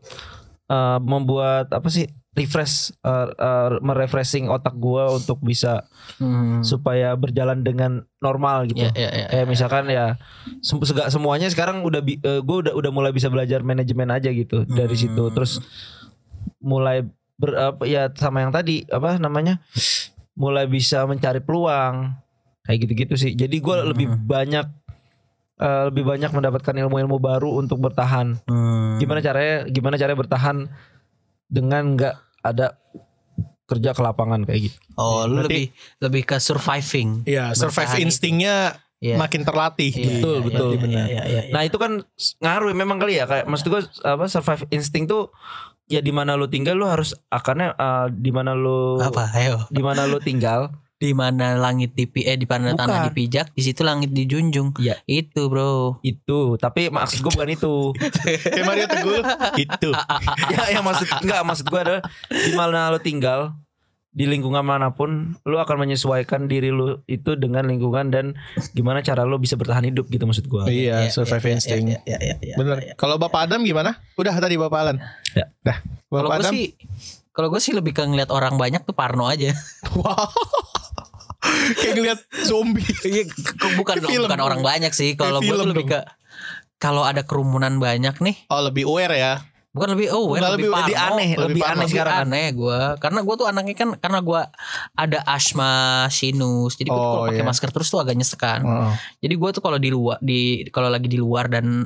S3: eh, membuat apa sih refresh eh, eh, merefreshing otak gue untuk bisa
S1: Hmm.
S3: supaya berjalan dengan normal gitu
S1: ya ya ya
S3: kayak misalkan ya sem- sega- semuanya sekarang udah bi- eh, gue udah udah mulai bisa belajar manajemen aja gitu dari situ terus mulai ber, apa, ya sama yang tadi apa namanya mulai bisa mencari peluang kayak gitu-gitu sih jadi gue lebih banyak eh, lebih banyak mendapatkan ilmu-ilmu baru untuk bertahan
S1: Hmm.
S3: gimana caranya gimana caranya bertahan dengan nggak ada kerja ke lapangan kayak gitu
S1: oh lu
S2: Berarti-
S1: lebih lebih ke surviving
S2: ya survive
S1: Bertahan itu.
S2: instingnya
S1: Iya.
S2: makin terlatih
S1: Iya,
S2: di-
S1: iya,
S3: Betul,
S1: iya,
S3: betul.
S1: iya,
S2: Benar.
S1: iya, iya, iya.
S3: Nah itu kan ngaruh memang kali ya kayak maksud gue apa survive instinct tuh ya di mana lu tinggal lu harus akannya eh, di mana lu
S1: apa ayo
S3: di mana lu tinggal
S1: di mana langit dipi eh di mana tanah
S3: Bukan.
S1: dipijak di situ langit dijunjung
S3: Iya.
S1: itu bro
S3: itu tapi maksud gue bukan itu
S2: kayak Mario Teguh gitu. itu
S1: Ah,
S3: ya yang maksud enggak maksud gue adalah di mana lu tinggal di lingkungan manapun lu akan menyesuaikan diri lu itu dengan lingkungan dan gimana cara lu bisa bertahan hidup gitu maksud gue
S2: iya
S1: Ya,
S2: survive
S1: ya, ya,
S2: insting
S1: ya, ya, ya, ya,
S2: bener
S1: ya.
S2: kalau Bapak Adam gimana udah tadi Bapak Alan
S3: Ya.
S2: dah
S1: kalau gue
S2: Bapak Adam
S1: sih kalau gue sih lebih ke ngeliat orang banyak tuh parno aja
S2: wow kayak ngeliat zombie
S1: Iya, ke- ke- bukan
S2: Kayak film.
S1: bukan orang banyak sih. Kalau
S2: Kayak
S1: gue
S2: film
S1: tuh lebih
S2: dong.
S1: ke kalau ada kerumunan banyak nih,
S2: oh lebih aware ya
S1: bukan lebih oh, gue
S2: Nggak,
S1: lebih,
S2: lebih-
S1: parno.
S3: lebih aneh
S2: Lebih
S3: lebih,
S2: parno.
S3: aneh
S1: Lebih
S3: sekarang kan.
S1: aneh gue karena gue tuh anaknya kan karena gue ada asma sinus jadi gue tuh
S2: Oh,
S1: kalau pakai
S2: iya.
S1: masker terus tuh agak nyesek kan
S2: Heeh.
S1: jadi gue tuh kalau di luar di kalau lagi di luar dan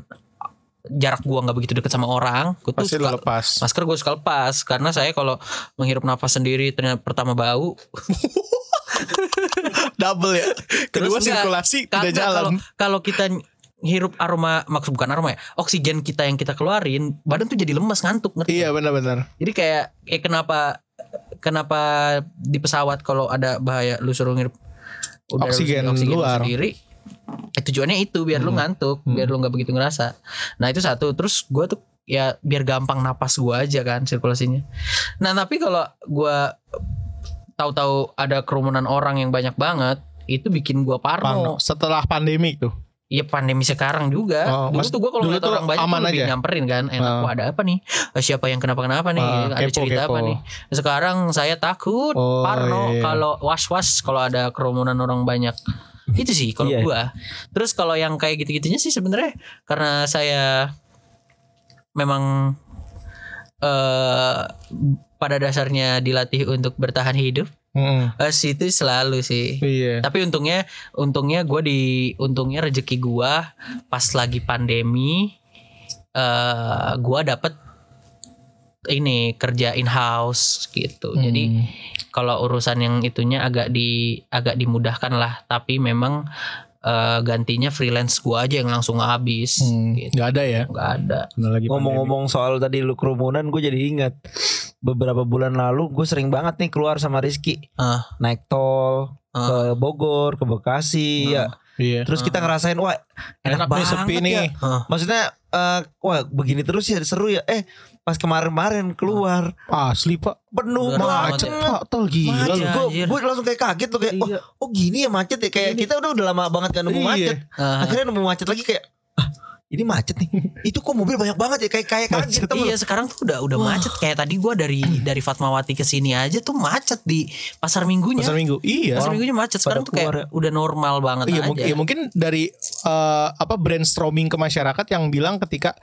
S1: jarak gue nggak begitu deket sama orang gue tuh
S2: pasti lu
S1: suka-
S2: lepas
S1: masker gue suka lepas karena saya kalau menghirup nafas sendiri ternyata pertama bau
S2: double ya kedua
S1: enggak,
S2: sirkulasi tidak
S1: Karena kalau
S2: jalan
S1: kalau kita hirup aroma maksud bukan aroma ya oksigen kita yang kita keluarin badan tuh jadi lemas ngantuk ngerti
S2: iya benar-benar
S1: jadi kayak eh, kenapa kenapa di pesawat kalau ada bahaya lu suruh ngirup udara lu
S2: Oksigen
S1: sendiri, lu
S2: luar. Hmm.
S1: sendiri eh, tujuannya itu biar lu ngantuk biar lu nggak begitu ngerasa nah itu satu terus gua tuh ya biar gampang napas gua aja kan sirkulasinya nah tapi kalau gua tahu-tahu ada kerumunan orang yang banyak banget itu bikin gua
S2: Parno.
S1: parno.
S2: setelah pandemi tuh
S1: Iya pandemi sekarang juga.
S2: Oh,
S1: dulu
S2: mas-
S1: tuh gue kalau
S2: dulu
S1: ngeliat
S2: tuh
S1: orang banyak
S2: aman
S1: tuh lebih
S2: aja.
S1: nyamperin kan. Enak,
S2: Ah.
S1: wah ada apa nih? Eh, Siapa yang kenapa-kenapa nih?
S2: Ah,
S1: ada
S2: kepo,
S1: cerita apa
S2: kepo.
S1: nih? Sekarang saya takut.
S2: Oh,
S1: Parno
S2: iya, iya.
S1: kalau was-was kalau ada kerumunan orang banyak. Itu sih kalau
S3: Iya.
S1: gua. Terus kalau yang kayak gitu-gitunya sih sebenarnya karena saya memang eh pada dasarnya dilatih untuk bertahan hidup eh, sih itu selalu sih
S2: Iya.
S1: tapi untungnya untungnya gue di untungnya rezeki gue pas lagi pandemi eh gue dapet ini kerja in house gitu
S2: Hmm.
S1: jadi kalau urusan yang itunya agak di agak dimudahkan lah tapi memang eh, gantinya freelance gua aja yang langsung habis
S2: Hmm.
S1: gitu
S2: nggak ada ya.
S1: nggak ada
S2: Nggak lagi
S4: Ngomong-ngomong
S1: iya.
S4: soal tadi lu kerumunan, gue jadi ingat beberapa bulan lalu gue sering banget nih keluar sama Rizky
S1: Ah.
S4: naik tol
S1: Ah.
S4: ke Bogor, ke Bekasi, ya.
S2: pandemi. Iya.
S4: Terus kita ngerasain wah enak,
S2: Enak nih
S4: banget
S2: sepi
S4: ya.
S2: nih.
S1: Hah.
S4: Maksudnya eh, wah begini terus ya seru ya. Eh pas kemarin-kemarin keluar
S2: Asli pak.
S4: penuh
S1: Bener
S4: macet.
S2: Macet pak tol gila.
S1: Macet.
S2: lu.
S1: anjir.
S4: Gue gue langsung kayak kaget tuh
S1: eh,
S3: Eh,
S4: kayak wah, oh gini ya macet ya kayak kita udah udah lama banget kan nemu
S2: Iya.
S4: macet.
S1: Ah.
S4: Akhirnya nemu macet lagi kayak ah ini macet nih. Itu kok mobil banyak banget ya kayak kayak kaget tau
S1: Iya sekarang tuh udah udah macet kayak tadi gua dari dari Fatmawati ke sini aja tuh macet di pasar minggunya.
S2: Pasar
S1: Pasar,
S2: minggu. Iya.
S1: minggunya macet sekarang
S4: pada
S1: tuh kayak udah normal banget
S2: Iya
S1: aja.
S2: mungkin, ya mungkin dari eh, apa brainstorming ke masyarakat yang bilang ketika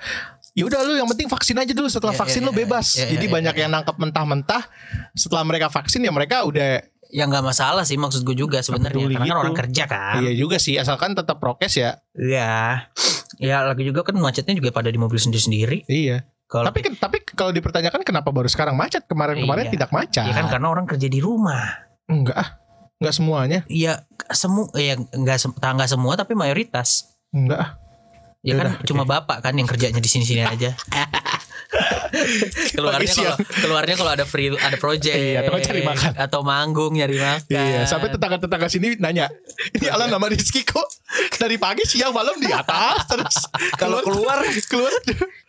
S2: ya udah lu yang penting vaksin aja dulu setelah
S1: Iya,
S2: vaksin
S1: iya,
S2: lu
S1: iya.
S2: bebas.
S1: Iya, iya,
S2: Jadi
S1: iya,
S2: banyak
S1: iya.
S2: yang nangkap mentah-mentah setelah mereka vaksin ya mereka udah
S1: Ya nggak masalah sih maksud gue juga sebenarnya
S2: peduli
S1: karena kan
S2: gitu.
S1: orang kerja kan.
S2: iya juga sih asalkan tetap prokes ya.
S1: Iya. Ya lagi juga kan macetnya juga pada di mobil sendiri-sendiri.
S2: Iya.
S1: Kalau
S2: Tapi ken- tapi kalau dipertanyakan kenapa baru sekarang macet kemarin-kemarin
S1: Iya.
S2: tidak macet.
S1: ya kan karena orang kerja di rumah.
S2: Enggak ah. Enggak semuanya.
S1: Iya semu ya nggak sem- nggak semua tapi mayoritas
S2: Enggak. ah.
S1: ya kan
S2: Yaudah,
S1: cuma bapak kan yang kerjanya di sini-sini aja keluarnya
S2: Pagi siang.
S1: kalau keluarnya kalau ada free ada project
S2: Iya, atau cari makan.
S1: atau manggung nyari makan
S2: Iya, sampai tetangga-tetangga sini nanya, ini
S1: Iya.
S2: Alan nama Rizky kok dari pagi siang malam di atas terus
S4: Kalau keluar
S2: keluar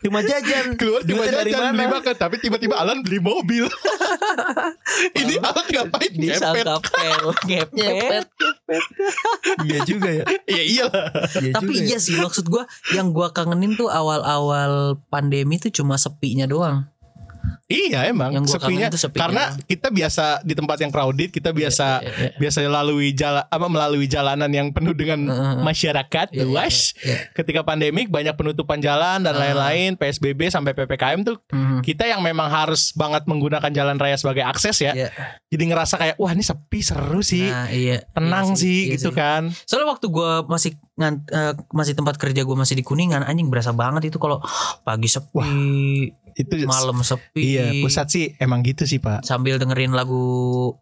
S4: cuma jajan.
S2: keluar cuma
S4: Duitnya dari
S2: jajan beli
S4: mana?
S2: makan tapi tiba-tiba Alan beli mobil ini Alan ngapain ngepet
S1: disangka pel ngepet
S4: Iya juga ya.
S2: ya iyalah
S4: Iya
S1: tapi
S4: juga ya.
S1: iya sih maksud gua yang gua kangenin tuh awal-awal pandemi tuh cuma sepinya doang
S2: iya emang
S1: Yang gua
S2: sepinya,
S1: kangen tuh sepinya.
S2: karena kita biasa di tempat yang crowded kita
S1: Iya,
S2: biasa
S1: iya, iya.
S2: biasa lalui jalan apa melalui jalanan yang penuh dengan
S1: Heeh.
S2: masyarakat
S1: Iya, iya,
S2: luas
S1: iya.
S2: ketika pandemik banyak penutupan jalan dan
S1: Ah.
S2: lain-lain PSBB sampai PPKM tuh
S1: Mhm.
S2: kita yang memang harus banget menggunakan jalan raya sebagai akses ya
S1: Iya.
S2: jadi ngerasa kayak wah ini sepi seru sih
S1: Nah, iya Iya
S2: tenang sih
S1: iya
S2: gitu kan
S1: Soalnya waktu gua masih ngan- eh, masih tempat kerja gua masih di Kuningan anjing berasa banget itu kalau pagi sepi,
S2: itu
S1: malam sepi.
S2: iya pusat sih emang gitu sih pak
S1: Sambil dengerin lagu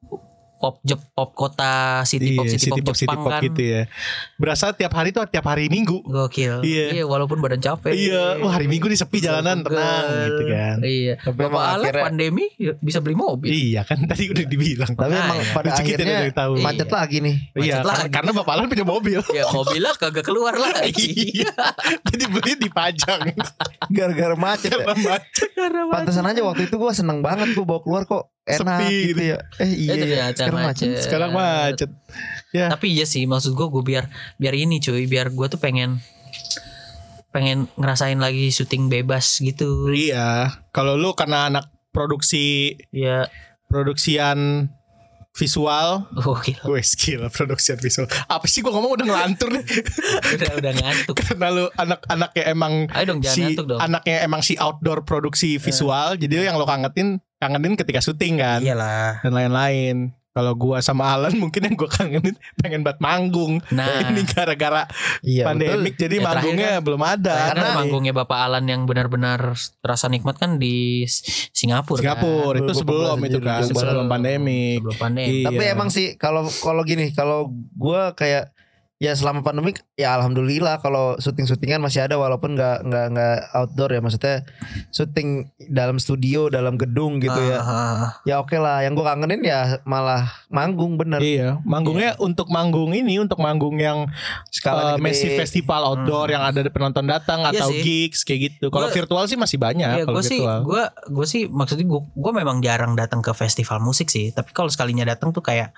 S1: pop jep pop kota city pop
S2: Iya,
S1: city, pop,
S2: city
S1: Jepang
S2: pop
S1: kan.
S2: gitu ya berasa tiap hari tuh tiap hari minggu
S1: Gokil.
S2: Iya.
S1: walaupun badan capek.
S2: iya wah hari minggu nih sepi jalanan
S1: Pegel.
S2: tenang gitu kan
S1: Iya.
S3: Tapi
S1: Bapak
S3: emang
S1: Alek
S3: akhirnya-
S1: pandemi ya bisa beli mobil.
S2: iya kan tadi udah dibilang
S3: Tapi emang
S1: Makanya.
S3: pada
S2: Lucu kita
S3: akhirnya
S2: dari tahu.
S3: macet lagi nih.
S2: iya
S1: macet
S2: karena,
S1: lagi.
S2: karena bapak Alan punya mobil
S1: Ya mobilnya kagak keluar lagi.
S2: Iya. jadi beli dipajang
S3: Gara-gara macet. ya.
S2: karena macet
S3: Pantesan aja waktu itu gue seneng banget gue bawa keluar kok enak
S2: Sepi
S3: gitu ya. Eh iya,
S1: Eh,
S3: iya.
S1: ternyata
S3: sekarang macet.
S1: macet.
S2: sekarang macet ya
S1: tapi iya sih maksud gue gue biar biar ini cuy biar gue tuh pengen pengen ngerasain lagi syuting bebas gitu
S2: iya kalau lu karena anak produksi
S1: ya
S2: produksian visual
S1: oke
S2: Gue skill produksian visual Apa sih gue ngomong udah ngelantur nih
S1: udah udah ngantuk
S2: Karena lu anak-anaknya emang
S1: ayo dong jangan
S2: si
S1: ngantuk dong Eh.
S2: Anaknya emang si outdoor produksi visual Jadi yang lo kangenin Kangenin ketika syuting kan
S1: Iya. iyalah
S2: Dan lain-lain Kalau gua sama Alan mungkin yang gue kangenin Pengen buat manggung
S1: nah
S2: Ini gara-gara
S3: Iya betul.
S2: pandemik Jadi
S1: Ya,
S2: manggungnya belum ada
S1: karena
S2: Nah,
S1: manggungnya Bapak Alan yang benar-benar terasa nikmat kan di S- Singapura. kan?
S2: Singapura itu
S3: Gua- gua
S2: sebelum
S3: pernah
S2: itu
S3: sendiri
S2: kan
S3: juga.
S2: sebelum pandemik.
S1: Sebelum pandemi.
S2: Iya.
S3: Tapi emang sih kalau kalau gini kalau gue kayak ya selama pandemik ya alhamdulillah kalau syuting syutingan masih ada walaupun nggak nggak nggak outdoor ya maksudnya syuting dalam studio dalam gedung gitu ya
S1: Ah, ah, ah.
S3: ya oke lah yang gue kangenin ya malah manggung bener
S2: Iya, manggungnya untuk manggung ini untuk manggung yang
S3: skala
S2: Eh, Messi
S3: gede
S2: Festival outdoor yang ada penonton datang
S1: Hmm. Iya
S2: atau
S1: sih.
S2: gigs kayak gitu. Kalau
S1: Gua-
S2: virtual sih masih banyak
S1: Iya gue
S2: kalau
S1: sih
S2: virtual.
S1: gue gue sih maksudnya gue gue memang jarang datang ke festival musik sih tapi kalau sekalinya datang tuh kayak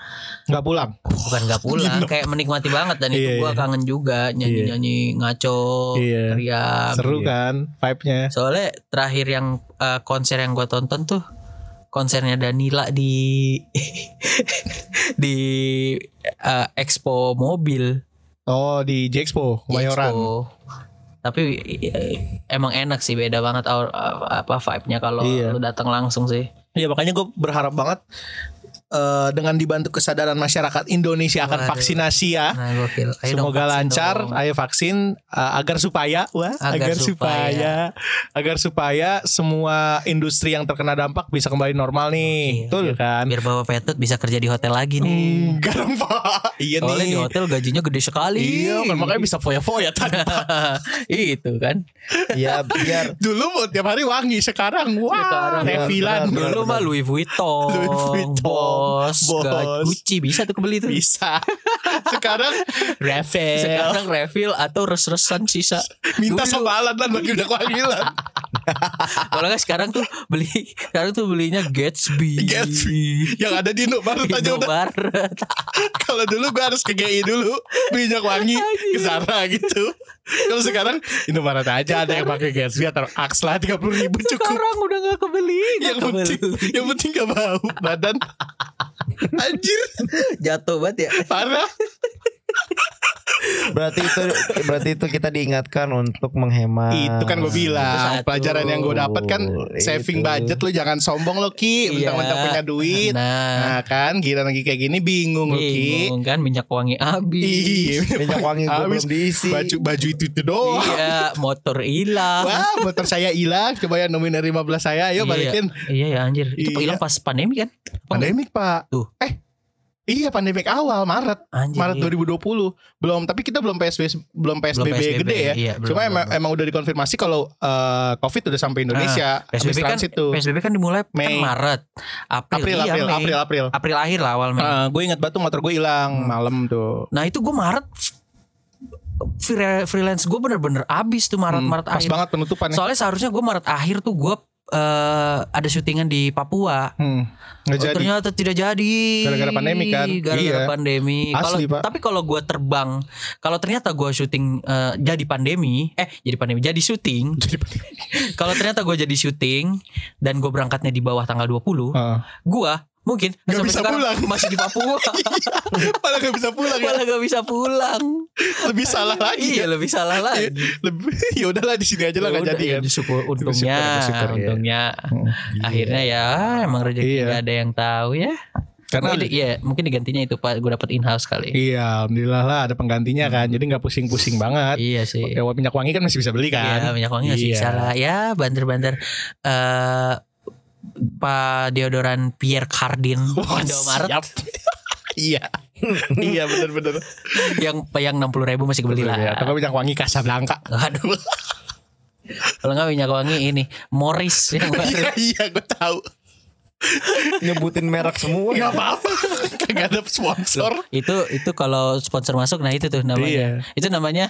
S2: nggak pulang.
S1: bukan nggak pulang kayak menikmati banget dan itu
S2: Iya,
S1: gua
S2: iya.
S1: kangen juga nyanyi nyanyi ngaco
S2: Iya.
S1: teriak
S2: Seru
S1: Iya.
S2: kan vibe-nya.
S1: soalnya terakhir yang eh, konser yang gua tonton tuh konsernya Danila di di eh, Expo Mobil
S2: Oh, di Jexpo
S1: di
S2: Mayoran.
S1: Expo. tapi eh, emang enak sih beda banget aur- apa vibe-nya kalau
S2: Iya.
S1: lu datang langsung sih
S2: Iya makanya gue berharap banget eh, dengan dibantu kesadaran masyarakat Indonesia akan
S1: Waduh.
S2: vaksinasi ya.
S1: nah gokil Ayo dong
S2: Semoga
S1: vaksin
S2: lancar,
S1: dong.
S2: ayo vaksin eh, agar supaya wah agar,
S1: Agar
S2: supaya, agar supaya semua industri yang terkena dampak bisa kembali normal
S1: Oke.
S2: nih. Betul kan?
S1: biar bapak Petet bisa kerja di hotel lagi nih
S2: Enggak dong, Pak. Iya
S1: Soalnya
S2: nih.
S1: di hotel gajinya gede sekali
S2: Iya, kan makanya bisa foya-foya tanpa.
S1: itu kan
S3: ya biar
S2: Dulu buat tiap hari wangi, sekarang wah,
S1: Sekarang,
S3: iya,
S2: Revilan.
S3: benar, benar.
S1: dulu mah Louis Vuitton,
S2: Louis Vuitton,
S1: bos,
S2: Bos.
S1: Ga- Gucci bisa tuh kebeli tuh Eh,
S2: Bisa. Sekarang Revel.
S1: sekarang refill atau res-resan sisa
S2: Minta
S1: Dulu-
S2: sembalan dan bagi udah wangilan.
S1: Kalau nggak sekarang tuh beli sekarang tuh belinya Gatsby.
S2: Gatsby. yang ada di Indo Barat aja udah
S1: Indomaret.
S2: kalau dulu gue harus ke GI dulu beli minyak wangi ke Zara gitu kalau sekarang Indomaret aja ada yang pakai Gatsby atau Axe lah tiga puluh ribu cukup
S1: Sekarang udah nggak kebeli. nggak
S2: yang penting
S1: kebeli.
S2: yang penting gak bau badan anjir
S1: Jatuh banget ya.
S2: parah
S3: berarti itu berarti itu kita diingatkan untuk menghemat.
S2: itu kan gue bilang
S1: Itu satu.
S2: pelajaran yang gue dapat kan saving
S3: Itu.
S2: budget lo jangan sombong lo ki mentang-mentang
S1: Iya.
S2: punya duit
S1: Nah,
S2: nah kan gila lagi kayak gini bingung lo ki
S1: bingung kan minyak wangi habis.
S2: Iya,
S3: minyak wangi gue
S2: Habis
S3: belum diisi.
S2: Iya, baju baju itu itu doang
S1: Iya, motor hilang.
S2: Oh. Wah, motor saya hilang. Coba ya nominal 15 saya, ayo
S1: Iya.
S2: balikin.
S1: Iya ya anjir. Itu
S2: Iya.
S1: hilang pas pandemi kan? Apa
S2: Pandemik, Pak.
S1: Tuh.
S2: Eh. Iya, pandemik awal Maret,
S1: nggak? Anjir.
S2: Maret
S1: iya.
S2: 2020. Belum, tapi kita belum PSBB belum PSBB,
S1: Belum
S2: gede ya.
S1: Iya, belum,
S2: Cuma
S1: belum,
S2: emang,
S1: belum.
S2: emang udah dikonfirmasi kalau eh, COVID udah sampai Indonesia. habis
S1: PSBB kan
S2: transit tuh.
S1: PSBB kan dimulai kan
S2: eh, Mei.
S1: Maret, April,
S2: April,
S1: iya,
S2: April,
S1: Mei.
S2: April, April,
S1: April akhir lah awal Mei.
S2: Eh, gue ingat batu motor gue hilang
S1: Hmm.
S2: malam tuh.
S1: Nah itu gue Maret free- freelance gue bener-bener abis tuh Maret
S2: Hmm,
S1: Maret
S2: Pas
S1: akhir.
S2: banget penutupan ya.
S1: Soalnya seharusnya gue Maret akhir tuh gue eh, ada syutingan di Papua.
S2: Hmm, nggak
S1: Oh,
S2: jadi.
S1: Ternyata tidak jadi.
S2: Gara-gara pandemi kan?
S1: Gara-gara
S2: Iya.
S1: pandemi. Kalau
S2: Asli, Pak.
S1: tapi kalau gue terbang, kalau ternyata gue syuting eh, jadi pandemi, eh jadi pandemi, jadi syuting.
S2: Jadi penutup.
S1: kalau ternyata gue jadi syuting dan gue berangkatnya di bawah tanggal 20
S2: Heeh.
S1: gue mungkin
S2: Oh. Nggak
S1: sampai
S2: bisa
S1: sekarang
S2: pulang. Iya.
S1: masih di Papua,
S2: Malah gak bisa pulang ya.
S1: malah gak bisa pulang.
S2: Lebih salah lagi.
S1: Iya
S2: ya.
S1: lebih salah lagi.
S2: Lebih ya udahlah di sini aja lah nggak
S1: Udah,
S2: jadi
S1: ya,
S2: kan.
S1: disyukur- untungnya,
S2: Disyukur, disyukur, iya.
S1: untungnya
S2: Hmm.
S1: akhirnya ya emang rezeki
S2: Iya.
S1: nggak ada yang tahu ya.
S2: Karena
S1: mungkin, ya mungkin digantinya itu pak gue dapet in house kali.
S2: Iya, alhamdulillah lah ada penggantinya kan. Jadi nggak pusing-pusing banget.
S1: Iya sih.
S2: Ya, minyak wangi kan masih bisa beli
S1: Iya
S2: kan.
S1: minyak wangi nggak sih
S2: Iya.
S1: salah ya bandar-bandar. eh Pak deodoran Pierre Cardin
S2: Wah,
S1: Indomaret
S2: siap. Iya. iya benar-benar.
S1: yang yang enam puluh ribu masih kebeli
S2: Betul,
S1: lah.
S2: ya. Atau minyak wangi Casablanca.
S1: Aduh. Kalau nggak minyak wangi ini Morris Ya, yang baru.
S2: Iya, iya gue tahu.
S3: nyebutin merek semua.
S2: Enggak apa-apa. Kagak ada sponsor.
S1: itu itu kalau sponsor masuk nah itu tuh
S2: Iya.
S1: namanya itu namanya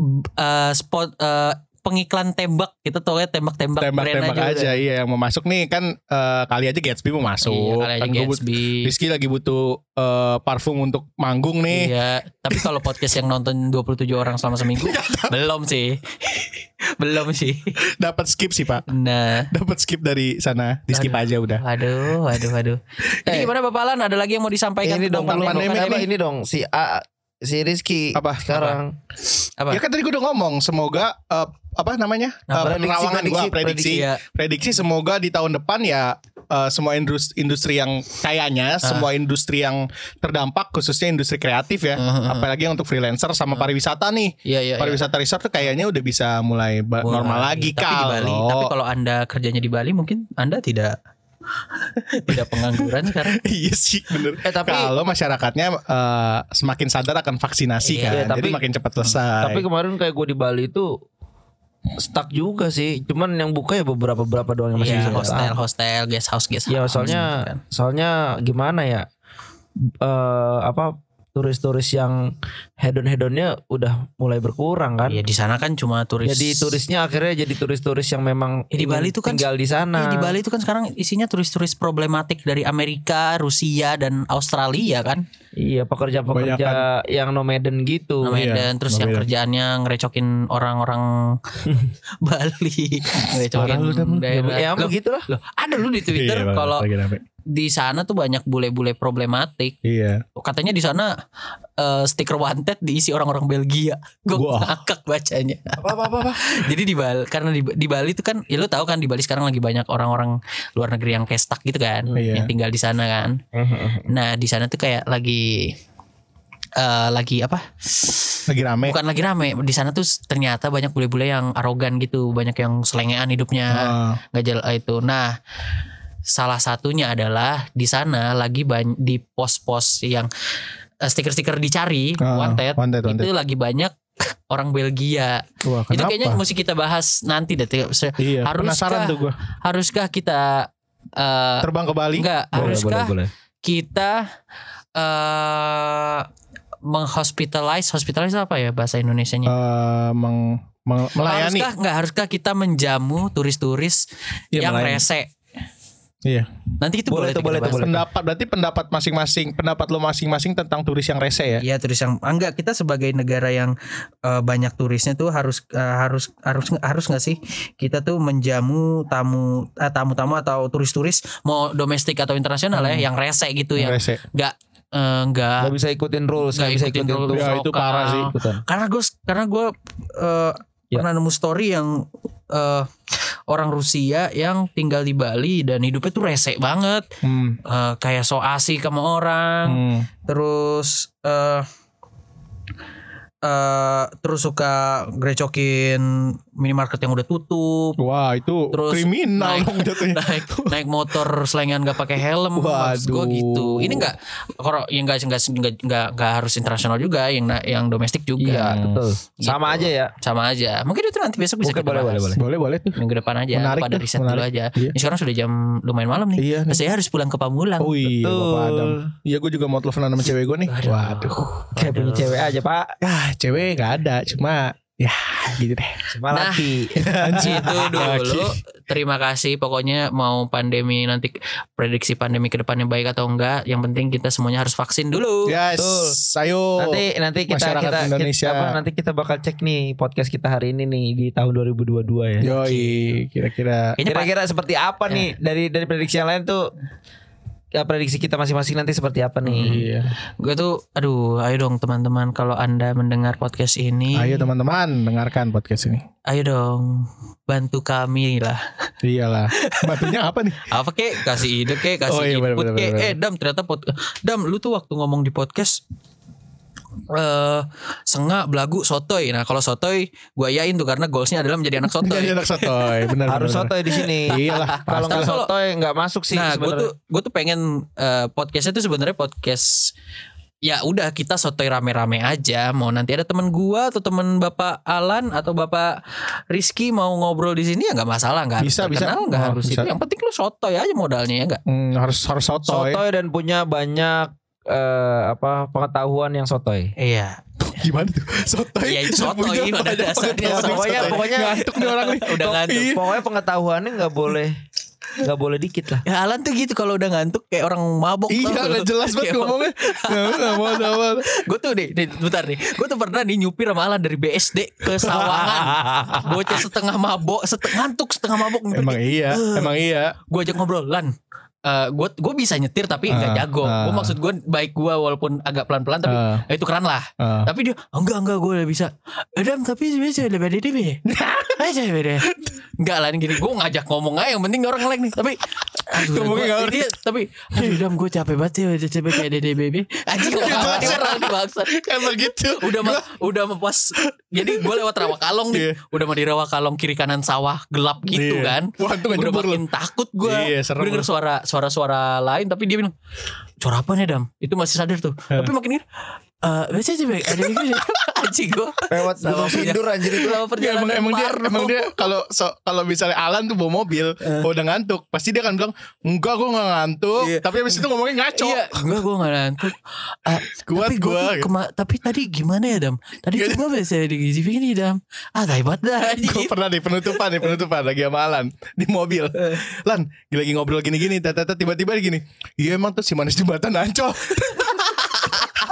S1: b- eh, spot eh, pengiklan tembak kita tau ya tembak-tembak
S2: Tembak-tembak
S1: brand
S2: aja, iya yang mau masuk nih kan eh, kali aja Gatsby mau masuk.
S1: udah. iya, kan
S2: kan gua but-
S1: Gatsby
S2: Rizky lagi butuh eh, parfum untuk manggung nih.
S1: iya tapi kalau podcast yang nonton 27 orang selama seminggu
S2: Iya.
S1: belum sih belum sih
S2: Dapat skip sih, Pak.
S1: nah
S2: Dapat skip dari sana. Di skip aja udah.
S1: Waduh, waduh, waduh.
S2: Eh.
S1: Ini gimana Bapak Alan? Ada lagi yang mau disampaikan
S3: ini
S1: tentang
S3: dong belum
S1: pandemi?
S3: pandemi
S2: pandemi
S3: apa
S2: nih.
S3: ini dong si A si Rizky
S2: Apa?
S3: sekarang
S1: Apa?
S2: Ya kan tadi gue udah ngomong semoga eh, apa namanya
S1: Nah,
S2: Eh,
S3: prediksi,
S2: penerawangan gua,
S3: prediksi,
S2: prediksi,
S1: Iya,
S2: prediksi semoga di tahun depan ya eh, semua industri industri yang
S1: Ah.
S2: kayaknya semua industri yang terdampak khususnya industri kreatif ya
S1: Heeh.
S2: apalagi yang untuk freelancer
S1: Ah.
S2: sama pariwisata nih
S1: iya, iya.
S2: pariwisata resort tuh kayaknya udah bisa mulai ba-
S1: Wah,
S2: normal
S1: iya.
S2: lagi
S1: tapi di Bali, tapi
S2: kalau
S1: kalau anda kerjanya di Bali mungkin anda tidak tidak pengangguran sekarang
S2: iya sih bener
S3: eh tapi
S2: kalau masyarakatnya eh, semakin sadar akan vaksinasi
S1: Iya,
S2: kan jadi
S3: tapi-
S2: makin cepat selesai
S4: Tapi kemarin kayak gue di Bali itu stuck juga sih. Cuman yang buka ya beberapa beberapa doang yang masih
S1: Iya,
S4: bisa buka.
S1: hostel hostel guest house guest house
S4: Ya soalnya
S1: gitu kan.
S4: soalnya gimana ya? Eh apa turis-turis yang hedon-hedonnya udah mulai berkurang kan?
S1: Iya, di sana kan cuma turis
S4: Jadi turisnya akhirnya jadi turis-turis yang memang
S1: Ya, di
S4: ingin
S1: Bali tuh kan-
S4: tinggal di sana.
S2: Nah.
S1: Iya, di Bali itu kan sekarang isinya turis-turis problematik dari Amerika, Rusia dan Australia kan.
S4: Iya, pekerja-pekerja yang nomaden gitu.
S2: Oh,
S1: Nah,
S2: iya.
S1: Medan terus yang
S2: Medan.
S1: kerjaannya ngerecokin orang-orang Bali, ngerecokin
S2: Parah lu, Dam.
S1: daerah.
S4: Ya,
S1: Loh,
S4: begitulah.
S1: loh, ada lu di Twitter
S2: Iya,
S1: kalau
S2: lagi rame.
S1: di sana tuh banyak bule-bule problematik.
S2: Iya.
S1: Katanya di sana eh, stiker wanted diisi orang-orang Belgia. Gue
S2: Wah.
S1: ngakak bacanya.
S2: Apa apa apa. apa.
S1: Jadi di Bali karena di, di Bali itu kan ya lu tahu kan di Bali sekarang lagi banyak orang-orang luar negeri yang kayak stuck gitu kan,
S2: Iya.
S1: yang tinggal di sana kan. Nah, di sana tuh kayak lagi eh lagi apa?
S2: Lagi rame.
S1: Bukan lagi rame. Di sana tuh ternyata banyak bule-bule yang arogan gitu, banyak yang selengean hidupnya,
S2: Ah,
S1: nggak jelas itu. Nah, salah satunya adalah di sana lagi bany- di pos-pos yang eh, stiker-stiker dicari
S2: ah,
S1: wanted,
S2: Wanted, wanted.
S1: itu lagi banyak orang Belgia.
S2: Wah,
S1: Itu
S2: kenapa?
S1: kayaknya mesti kita bahas nanti deh. Tio. Se-
S2: iya,
S1: haruskah-
S2: penasaran tuh
S1: Ah.
S2: gue.
S1: Haruskah kita eh
S2: Terbang ke Bali.
S1: enggak haruskah
S4: boleh.
S1: kita eh menghospitalize hospitalize apa ya bahasa Indonesianya?
S2: eh, meng, meng- melayani.
S1: Haruskah nggak haruskah kita menjamu turis-turis
S2: Iya,
S1: yang
S2: melayani.
S1: rese?
S2: Iya.
S1: Nanti itu
S4: Boleh
S1: boleh
S4: tuh,
S1: kita
S4: boleh tuh,
S1: bahas.
S4: boleh.
S2: Pendapat berarti pendapat masing-masing, pendapat lo masing-masing tentang turis yang rese ya.
S1: Iya turis yang ah, enggak kita sebagai negara yang eh, banyak turisnya tuh harus eh, harus harus harus nggak sih kita tuh menjamu tamu eh, tamu-tamu atau turis-turis mau domestik atau internasional ya yang rese gitu
S2: Hmm. Yang
S1: yang
S2: rese.
S1: eh, enggak
S4: Gak bisa ikutin rules,
S1: Nggak
S4: gak bisa
S1: ikutin
S4: ikutin
S1: rules.
S4: rules.
S2: Ya, itu
S1: lokal.
S2: parah sih.
S4: Ikutan.
S1: karena gue karena gue eh,
S4: Ya.
S1: pernah nemu story yang eh, orang Rusia yang tinggal di Bali dan hidupnya tuh rese banget
S2: Hmm.
S1: Eh, kayak so asik sama orang
S2: Hmm.
S1: terus eh eh, terus suka grecokin minimarket yang udah tutup
S2: Wah, itu
S1: Terus naik-
S2: kriminal dong jatuhnya.
S1: naik naik motor selengan gak pakai helm maksud gua
S2: Waduh.
S1: gitu ini nggak kalau yang nggak nggak nggak- nggak nggak harus internasional juga yang na- yang domestik
S4: Iya,
S1: juga
S4: betul.
S1: Gitu.
S4: Sama aja ya.
S1: sama aja mungkin itu nanti besok bisa
S4: Oke,
S1: kita
S4: boleh,
S1: bahas.
S4: boleh, boleh.
S2: Boleh, boleh tuh.
S1: minggu depan aja
S2: Menarik
S1: pada
S2: tuh,
S1: riset dulu
S2: menarik.
S1: aja
S2: Iya.
S1: ini sekarang sudah jam lumayan malam nih
S2: Iya. nih.
S1: saya harus pulang ke Pamulang
S2: Oh iya, Bapak Adam.
S4: Betul.
S2: Iya, gue juga mau teleponan sama cewek gue nih.
S1: Aduh.
S2: Waduh.
S4: Kayak punya cewek aja, Pak.
S2: Ya, cewek nggak ada, cuma ya gitu deh.
S4: Cuma
S1: Nah.
S4: laki.
S1: itu dulu terima kasih pokoknya mau pandemi nanti prediksi pandemi ke depannya baik atau enggak yang penting kita semuanya harus vaksin dulu
S2: Yes,
S4: Betul.
S2: ayo.
S4: Nanti nanti kita
S2: masyarakat
S4: kita, kita-
S2: Indonesia.
S4: apa, nanti kita bakal cek nih podcast kita hari ini nih di tahun 2022 ya.
S2: Yoi,
S1: Kayaknya
S2: kira-kira
S1: Pak- Eh.
S4: Kira-kira seperti apa nih dari dari prediksi yang lain tuh ya, prediksi kita masing-masing nanti seperti apa
S1: Hmm.
S4: nih?
S2: Iya.
S1: gue tuh aduh ayo dong teman-teman kalau anda mendengar podcast ini
S2: Ayo teman-teman dengarkan podcast ini.
S1: ayo dong bantu kami lah
S2: Iyalah. Batunya apa nih?
S1: apa kek kasih ide kek kasih
S2: Oh iya, bener,
S1: input
S2: bener,
S1: kek
S2: bener.
S1: eh dam ternyata pod dam lu tuh waktu ngomong di podcast eh sengak belagu sotoy nah kalau sotoy gua yain tuh karena goalsnya adalah menjadi anak
S2: Jadi
S1: sotoy
S2: anak sotoy, benar.
S4: Harus
S2: benar,
S4: sotoy di sini.
S2: benar. Iyalah.
S4: Kalau nggak
S1: Pasti.
S4: sotoy nggak masuk sih
S1: nah gue
S4: sebenarnya.
S1: tuh gue tuh pengen eh, podcastnya tuh sebenarnya podcast ya udah kita sotoy rame-rame aja mau nanti ada teman gua atau teman bapak Alan atau bapak Rizky mau ngobrol di sini ya nggak masalah nggak harus
S2: Bisa, bisa.
S1: terkenal, nggak
S2: Oh,
S1: harus itu
S2: bisa.
S1: yang penting lu sotoy aja modalnya ya nggak
S2: Hmm, harus harus sotoy.
S4: Sotoy dan punya banyak eh, apa pengetahuan yang sotoy.
S1: iya
S2: Gimana tuh? Sotoy.
S1: Iya, itu sotoy,
S2: Punya
S1: pada
S2: banyak
S1: dasarnya
S2: pengetahuan
S1: sotoy.
S2: Iya, sotoy.
S4: Pokoknya-
S2: ngantuk nih orang nih.
S1: udah ngantuk
S2: Iya.
S4: Pokoknya pengetahuaannya nggak boleh nggak boleh dikit lah.
S1: Ya Alan tuh gitu kalau udah ngantuk kayak orang mabok.
S2: Iya, nggak jelas banget ngomongnya. Nggak mau, nggak mau.
S1: Gue tuh nih, nih, bentar nih. Gue tuh pernah nih nyupir sama Alan dari BSD ke Sawangan. Bocah setengah mabok, setengah ngantuk, setengah mabok.
S2: Emang iya, emang iya.
S1: Gue ajak ngobrol, Lan. gue gue bisa nyetir tapi nggak
S2: Ah,
S1: jago. Gue
S2: ah.
S1: maksud gue baik gue walaupun agak pelan-pelan tapi
S2: Ah.
S1: eh, itu keren lah.
S2: Ah.
S1: Tapi dia "Oh, enggak enggak gue udah bisa. Adam tapi bisa lebih dari dia. Aja beda. Enggak lah gini gue ngajak ngomong aja yang penting orang like nih. Tapi aduh
S2: Ngomongnya nggak
S1: gua, dia, tapi aduh Adam gue capek banget ya udah capek kayak dede bebe. Anjing kok
S2: Jelas ya.
S1: orang dibaksa.
S2: Emang gitu.
S1: Udah mah udah mah pas jadi gue lewat rawa kalong nih.
S2: Iya.
S1: Udah mah di rawa kalong kiri kanan sawah gelap gitu
S2: Iya.
S1: kan.
S2: Wah, untung nggak
S1: udah
S2: nyebur lu.
S1: makin takut gue.
S2: Iya, serem
S1: denger
S2: lu.
S1: suara suara-suara lain tapi dia bilang suara apa nih Dam? Itu masih sadar tuh. Tapi makin gini eh biasanya sih Bek. ada yang anjing gue
S3: Lewat
S1: Sama
S3: Gunung
S1: punya-
S3: Sindur anjir itu.
S1: Selama
S2: Iya,
S1: perjalanan
S2: emang emang dia
S1: Parno.
S2: emang dia kalau so- kalau misalnya Alan tuh bawa mobil kalau udah ngantuk pasti dia akan bilang enggak gue nggak ngantuk
S1: Eh. Iya.
S2: tapi abis itu ngomongnya ngaco
S1: Iya, enggak gue gak ngantuk. Ah,
S2: Kuat
S1: tapi gua
S2: gua,
S1: tuh
S2: gitu.
S1: kema- tapi tadi gimana ya Dam? Tadi
S2: Iya.
S1: tuh gue biasa di gizi begini Dam. Ah, tai banget dah.
S2: gue
S1: anjing.
S2: pernah di penutupan di penutupan lagi sama Alan di mobil
S1: Eh.
S2: Lan lagi ngobrol gini-gini tata tata, tiba-tiba dia gini iya emang tuh si manis jembatan ancol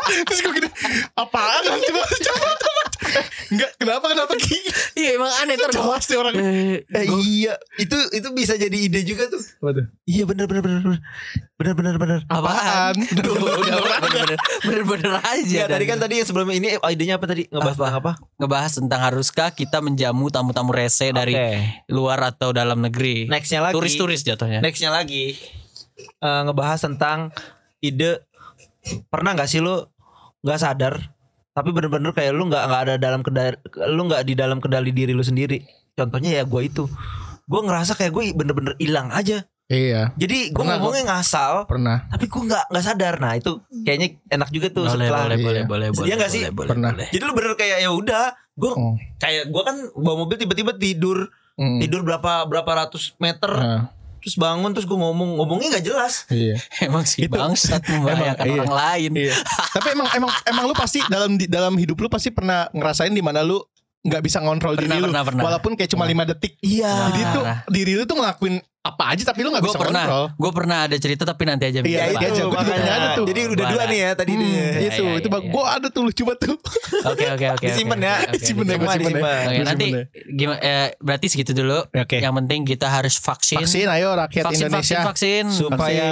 S2: terus gue gini apaan Lan? Jembatan- jembatan Enggak, kenapa kenapa Ki?
S1: Iya emang aneh ntar gua-
S2: Jelas sih orang.
S1: Eh,
S3: Eh, iya, itu itu bisa jadi ide juga tuh. Iya benar benar benar benar benar benar benar.
S1: apaan?
S2: Bener-bener.
S1: Bener-bener bener-bener
S2: Iya,
S1: aja.
S3: Ya,
S1: Dan
S3: tadi kan tadi yang sebelumnya ini eh, idenya apa tadi ngebahas apa? apa?
S1: ngebahas tentang haruskah kita menjamu tamu-tamu rese dari
S4: Oke.
S1: luar atau dalam negeri.
S3: Nextnya lagi.
S1: Turis-turis jatuhnya.
S3: Nextnya lagi eh, ngebahas tentang ide pernah nggak sih lu nggak sadar tapi bener-bener kayak lu nggak nggak ada dalam kendali lu nggak di dalam kendali diri lu sendiri. Contohnya ya gue itu gue ngerasa kayak gue bener-bener hilang aja.
S2: Iya,
S3: Jadi gue
S2: Pernah,
S3: ngomongnya ngasal
S2: pernah.
S3: tapi gue nggak nggak sadar. Nah itu kayaknya enak juga tuh
S1: boleh,
S3: setelah
S1: boleh,
S2: Iya.
S1: boleh, boleh, boleh,
S3: Iya nggak sih?
S1: boleh, boleh,
S2: Pernah.
S1: boleh.
S3: Jadi lu bener kayak ya udah, gue
S2: Oh.
S3: kayak gue kan bawa mobil tiba-tiba tidur
S2: Mm.
S3: tidur berapa berapa ratus meter
S2: Nah,
S3: terus bangun terus gue ngomong ngomongnya nggak jelas.
S2: iya.
S1: Emang sih
S2: Itu.
S1: bangsat membahayakan
S2: Emang, iya.
S1: orang lain.
S2: Iya. Tapi emang emang emang lu pasti dalam di- dalam hidup lu pasti pernah ngerasain di mana lu nggak bisa ngontrol
S1: Pernah,
S2: diri lu
S1: pernah, pernah.
S2: walaupun kayak cuma 5 detik.
S3: Iya.
S2: Jadi tuh
S1: Parah.
S2: diri lu tuh ngelakuin apa aja tapi lu nggak
S1: Gue
S2: bisa
S1: pernah,
S2: ngontrol.
S1: gue pernah ada cerita tapi nanti aja. biar
S2: Iya, itu
S3: gitu.
S1: Pak.
S2: aja. Gua juga punya ada tuh.
S3: Jadi udah dua
S1: Parah.
S3: nih ya tadi.
S2: Hmm,
S1: Iya,
S2: itu
S1: iya,
S2: itu
S1: iya,
S2: bang.
S1: iya.
S2: Gue ada tuh lu coba tuh.
S1: Oke, oke, oke. oke,
S3: Disimpan ya,
S1: oke, oke,
S2: Disimpan
S1: oke.
S2: ya, gua
S3: Semua
S2: simpen ya.
S3: disimpan.
S1: Oke,
S2: Disimpen
S1: nanti
S2: ya.
S1: gimana? Eh, berarti segitu dulu.
S2: Oke.
S1: Yang penting kita harus vaksin.
S2: Vaksin ayo rakyat
S1: vaksin,
S2: Indonesia
S1: vaksin,
S3: Hmm.
S1: vaksin.
S3: Supaya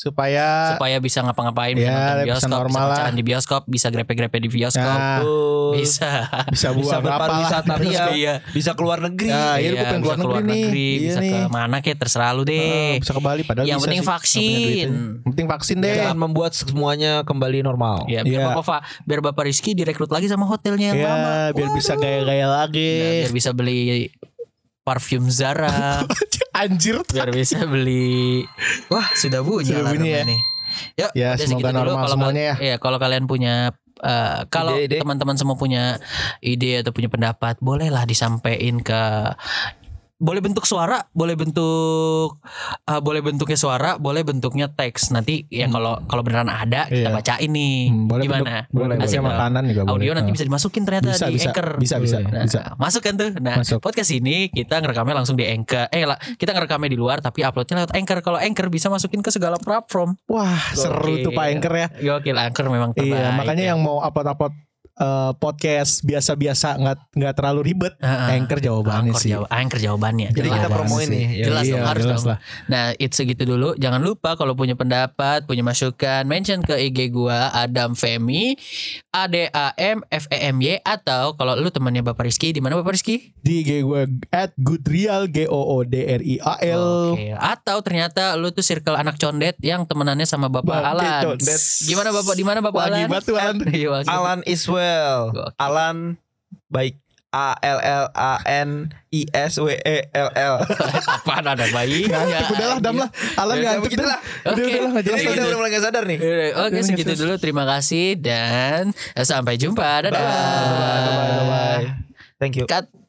S2: supaya
S1: supaya bisa ngapa-ngapain bisa nonton
S2: Ya, bisa
S1: bioskop bisa,
S2: normal lah.
S1: pacaran di bioskop bisa grepe-grepe di bioskop
S3: Ah,
S2: Nah,
S3: tuh,
S1: bisa
S2: bisa
S3: bisa
S2: buat apa lah.
S3: berpariwisata
S1: Terus
S3: iya,
S1: iya
S3: bisa keluar negeri.
S2: Nah, iya, gua
S1: iya,
S2: pengen
S1: bisa
S2: keluar negeri nih. Iya
S1: bisa
S2: nih.
S1: ke mana kayak terserah lu
S2: Ah,
S1: deh
S2: bisa ke Bali padahal
S1: yang
S2: bisa
S1: penting
S2: sih, nggak punya
S1: vaksin.
S2: duit aja. Yang penting vaksin deh. Iya,
S3: Jangan membuat semuanya kembali normal.
S1: ya biar
S2: Iya.
S1: bapak Fa- biar bapak Rizky direkrut lagi sama hotelnya yang lama
S2: biar bisa gaya-gaya
S1: Nah,
S2: lagi.
S1: biar bisa beli parfum Zara
S2: Anjir.
S1: biar bisa beli wah sudah bunyi
S2: Sudah bunyi
S1: alarmnya nih Yuk,
S2: Ya,
S1: udah
S2: semoga
S1: segitu dulu.
S2: normal
S1: Kalau
S2: semuanya ya.
S1: kal- Iya, kalau kalian punya eh, kalau
S3: Ide-ide.
S1: teman-teman semua punya ide atau punya pendapat, bolehlah disampaikan ke boleh bentuk suara, boleh bentuk eh, boleh bentuknya suara, boleh bentuknya teks. Nanti ya kalau kalau beneran ada kita
S2: Hmm. Iya.
S1: bacain nih.
S2: Hmm, boleh
S1: Gimana?
S2: bentuk- boleh
S1: Asik
S2: bentuknya
S1: nggak?
S2: makanan juga boleh.
S1: Audio nanti
S2: Nah.
S1: bisa dimasukin ternyata
S2: Bisa,
S1: di
S2: bisa,
S1: Anchor.
S2: bisa, bisa,
S1: Nah,
S2: bisa.
S1: Masuk kan tuh. Nah,
S2: Masuk.
S1: podcast ini kita ngerekamnya langsung di Anchor. Eh, lah, kita ngerekamnya di luar tapi uploadnya lewat Anchor. Kalau Anchor bisa masukin ke segala platform.
S2: Wah, seru tuh Pak Anchor ya.
S1: Gokil angker memang terbaik. ya.
S2: Iya, makanya yang mau upload-upload eh, podcast biasa-biasa nggak nggak terlalu ribet.
S1: Heeh.
S2: Anchor
S1: Angker
S2: jawabannya sih.
S1: jawa- angker jawabannya.
S3: Jadi
S1: jelas.
S3: kita
S2: Jawabannya
S3: promoin
S2: sih.
S3: nih. Ya,
S1: Jelas
S2: Iya,
S1: dong, harus
S2: jelas
S1: dong.
S2: lah.
S1: Nah, itu segitu dulu. Jangan lupa kalau punya pendapat, punya masukan, mention ke IG gua Adam Femi, A D A M F E M Y atau kalau lu temannya Bapak Rizky, di mana Bapak Rizky?
S2: Di IG gue at goodrial g o o d r i a l.
S1: Oke. Atau ternyata lu tuh circle anak condet yang temenannya sama Bapak
S2: Bang,
S1: Alan.
S2: Decon. That's-
S1: Gimana Bapak? Di mana Bapak
S2: Wagi
S1: Alan?
S2: batu, Alan.
S1: Iya, Wagi.
S3: Alan Iswell.
S1: Gokil.
S3: Alan baik A L L A N I S W E L L.
S1: Apaan ada bayinya?
S2: Ngantuk udah lah, dam lah. Alan
S3: Ya,
S2: ngantuk
S3: begitu
S2: dah.
S3: lah.
S2: Udah
S1: Oke.
S2: udah lah, nggak jelas
S1: Iya,
S2: lagi.
S3: Jadi gitu. kita
S1: iya.
S3: udah mulai nggak sadar nih.
S1: Yaudah, Oke
S2: Terus,
S1: segitu
S2: terus.
S1: dulu terima kasih dan eh, sampai jumpa dadah.
S3: Bye bye. Bye bye. Thank you.
S1: Cut.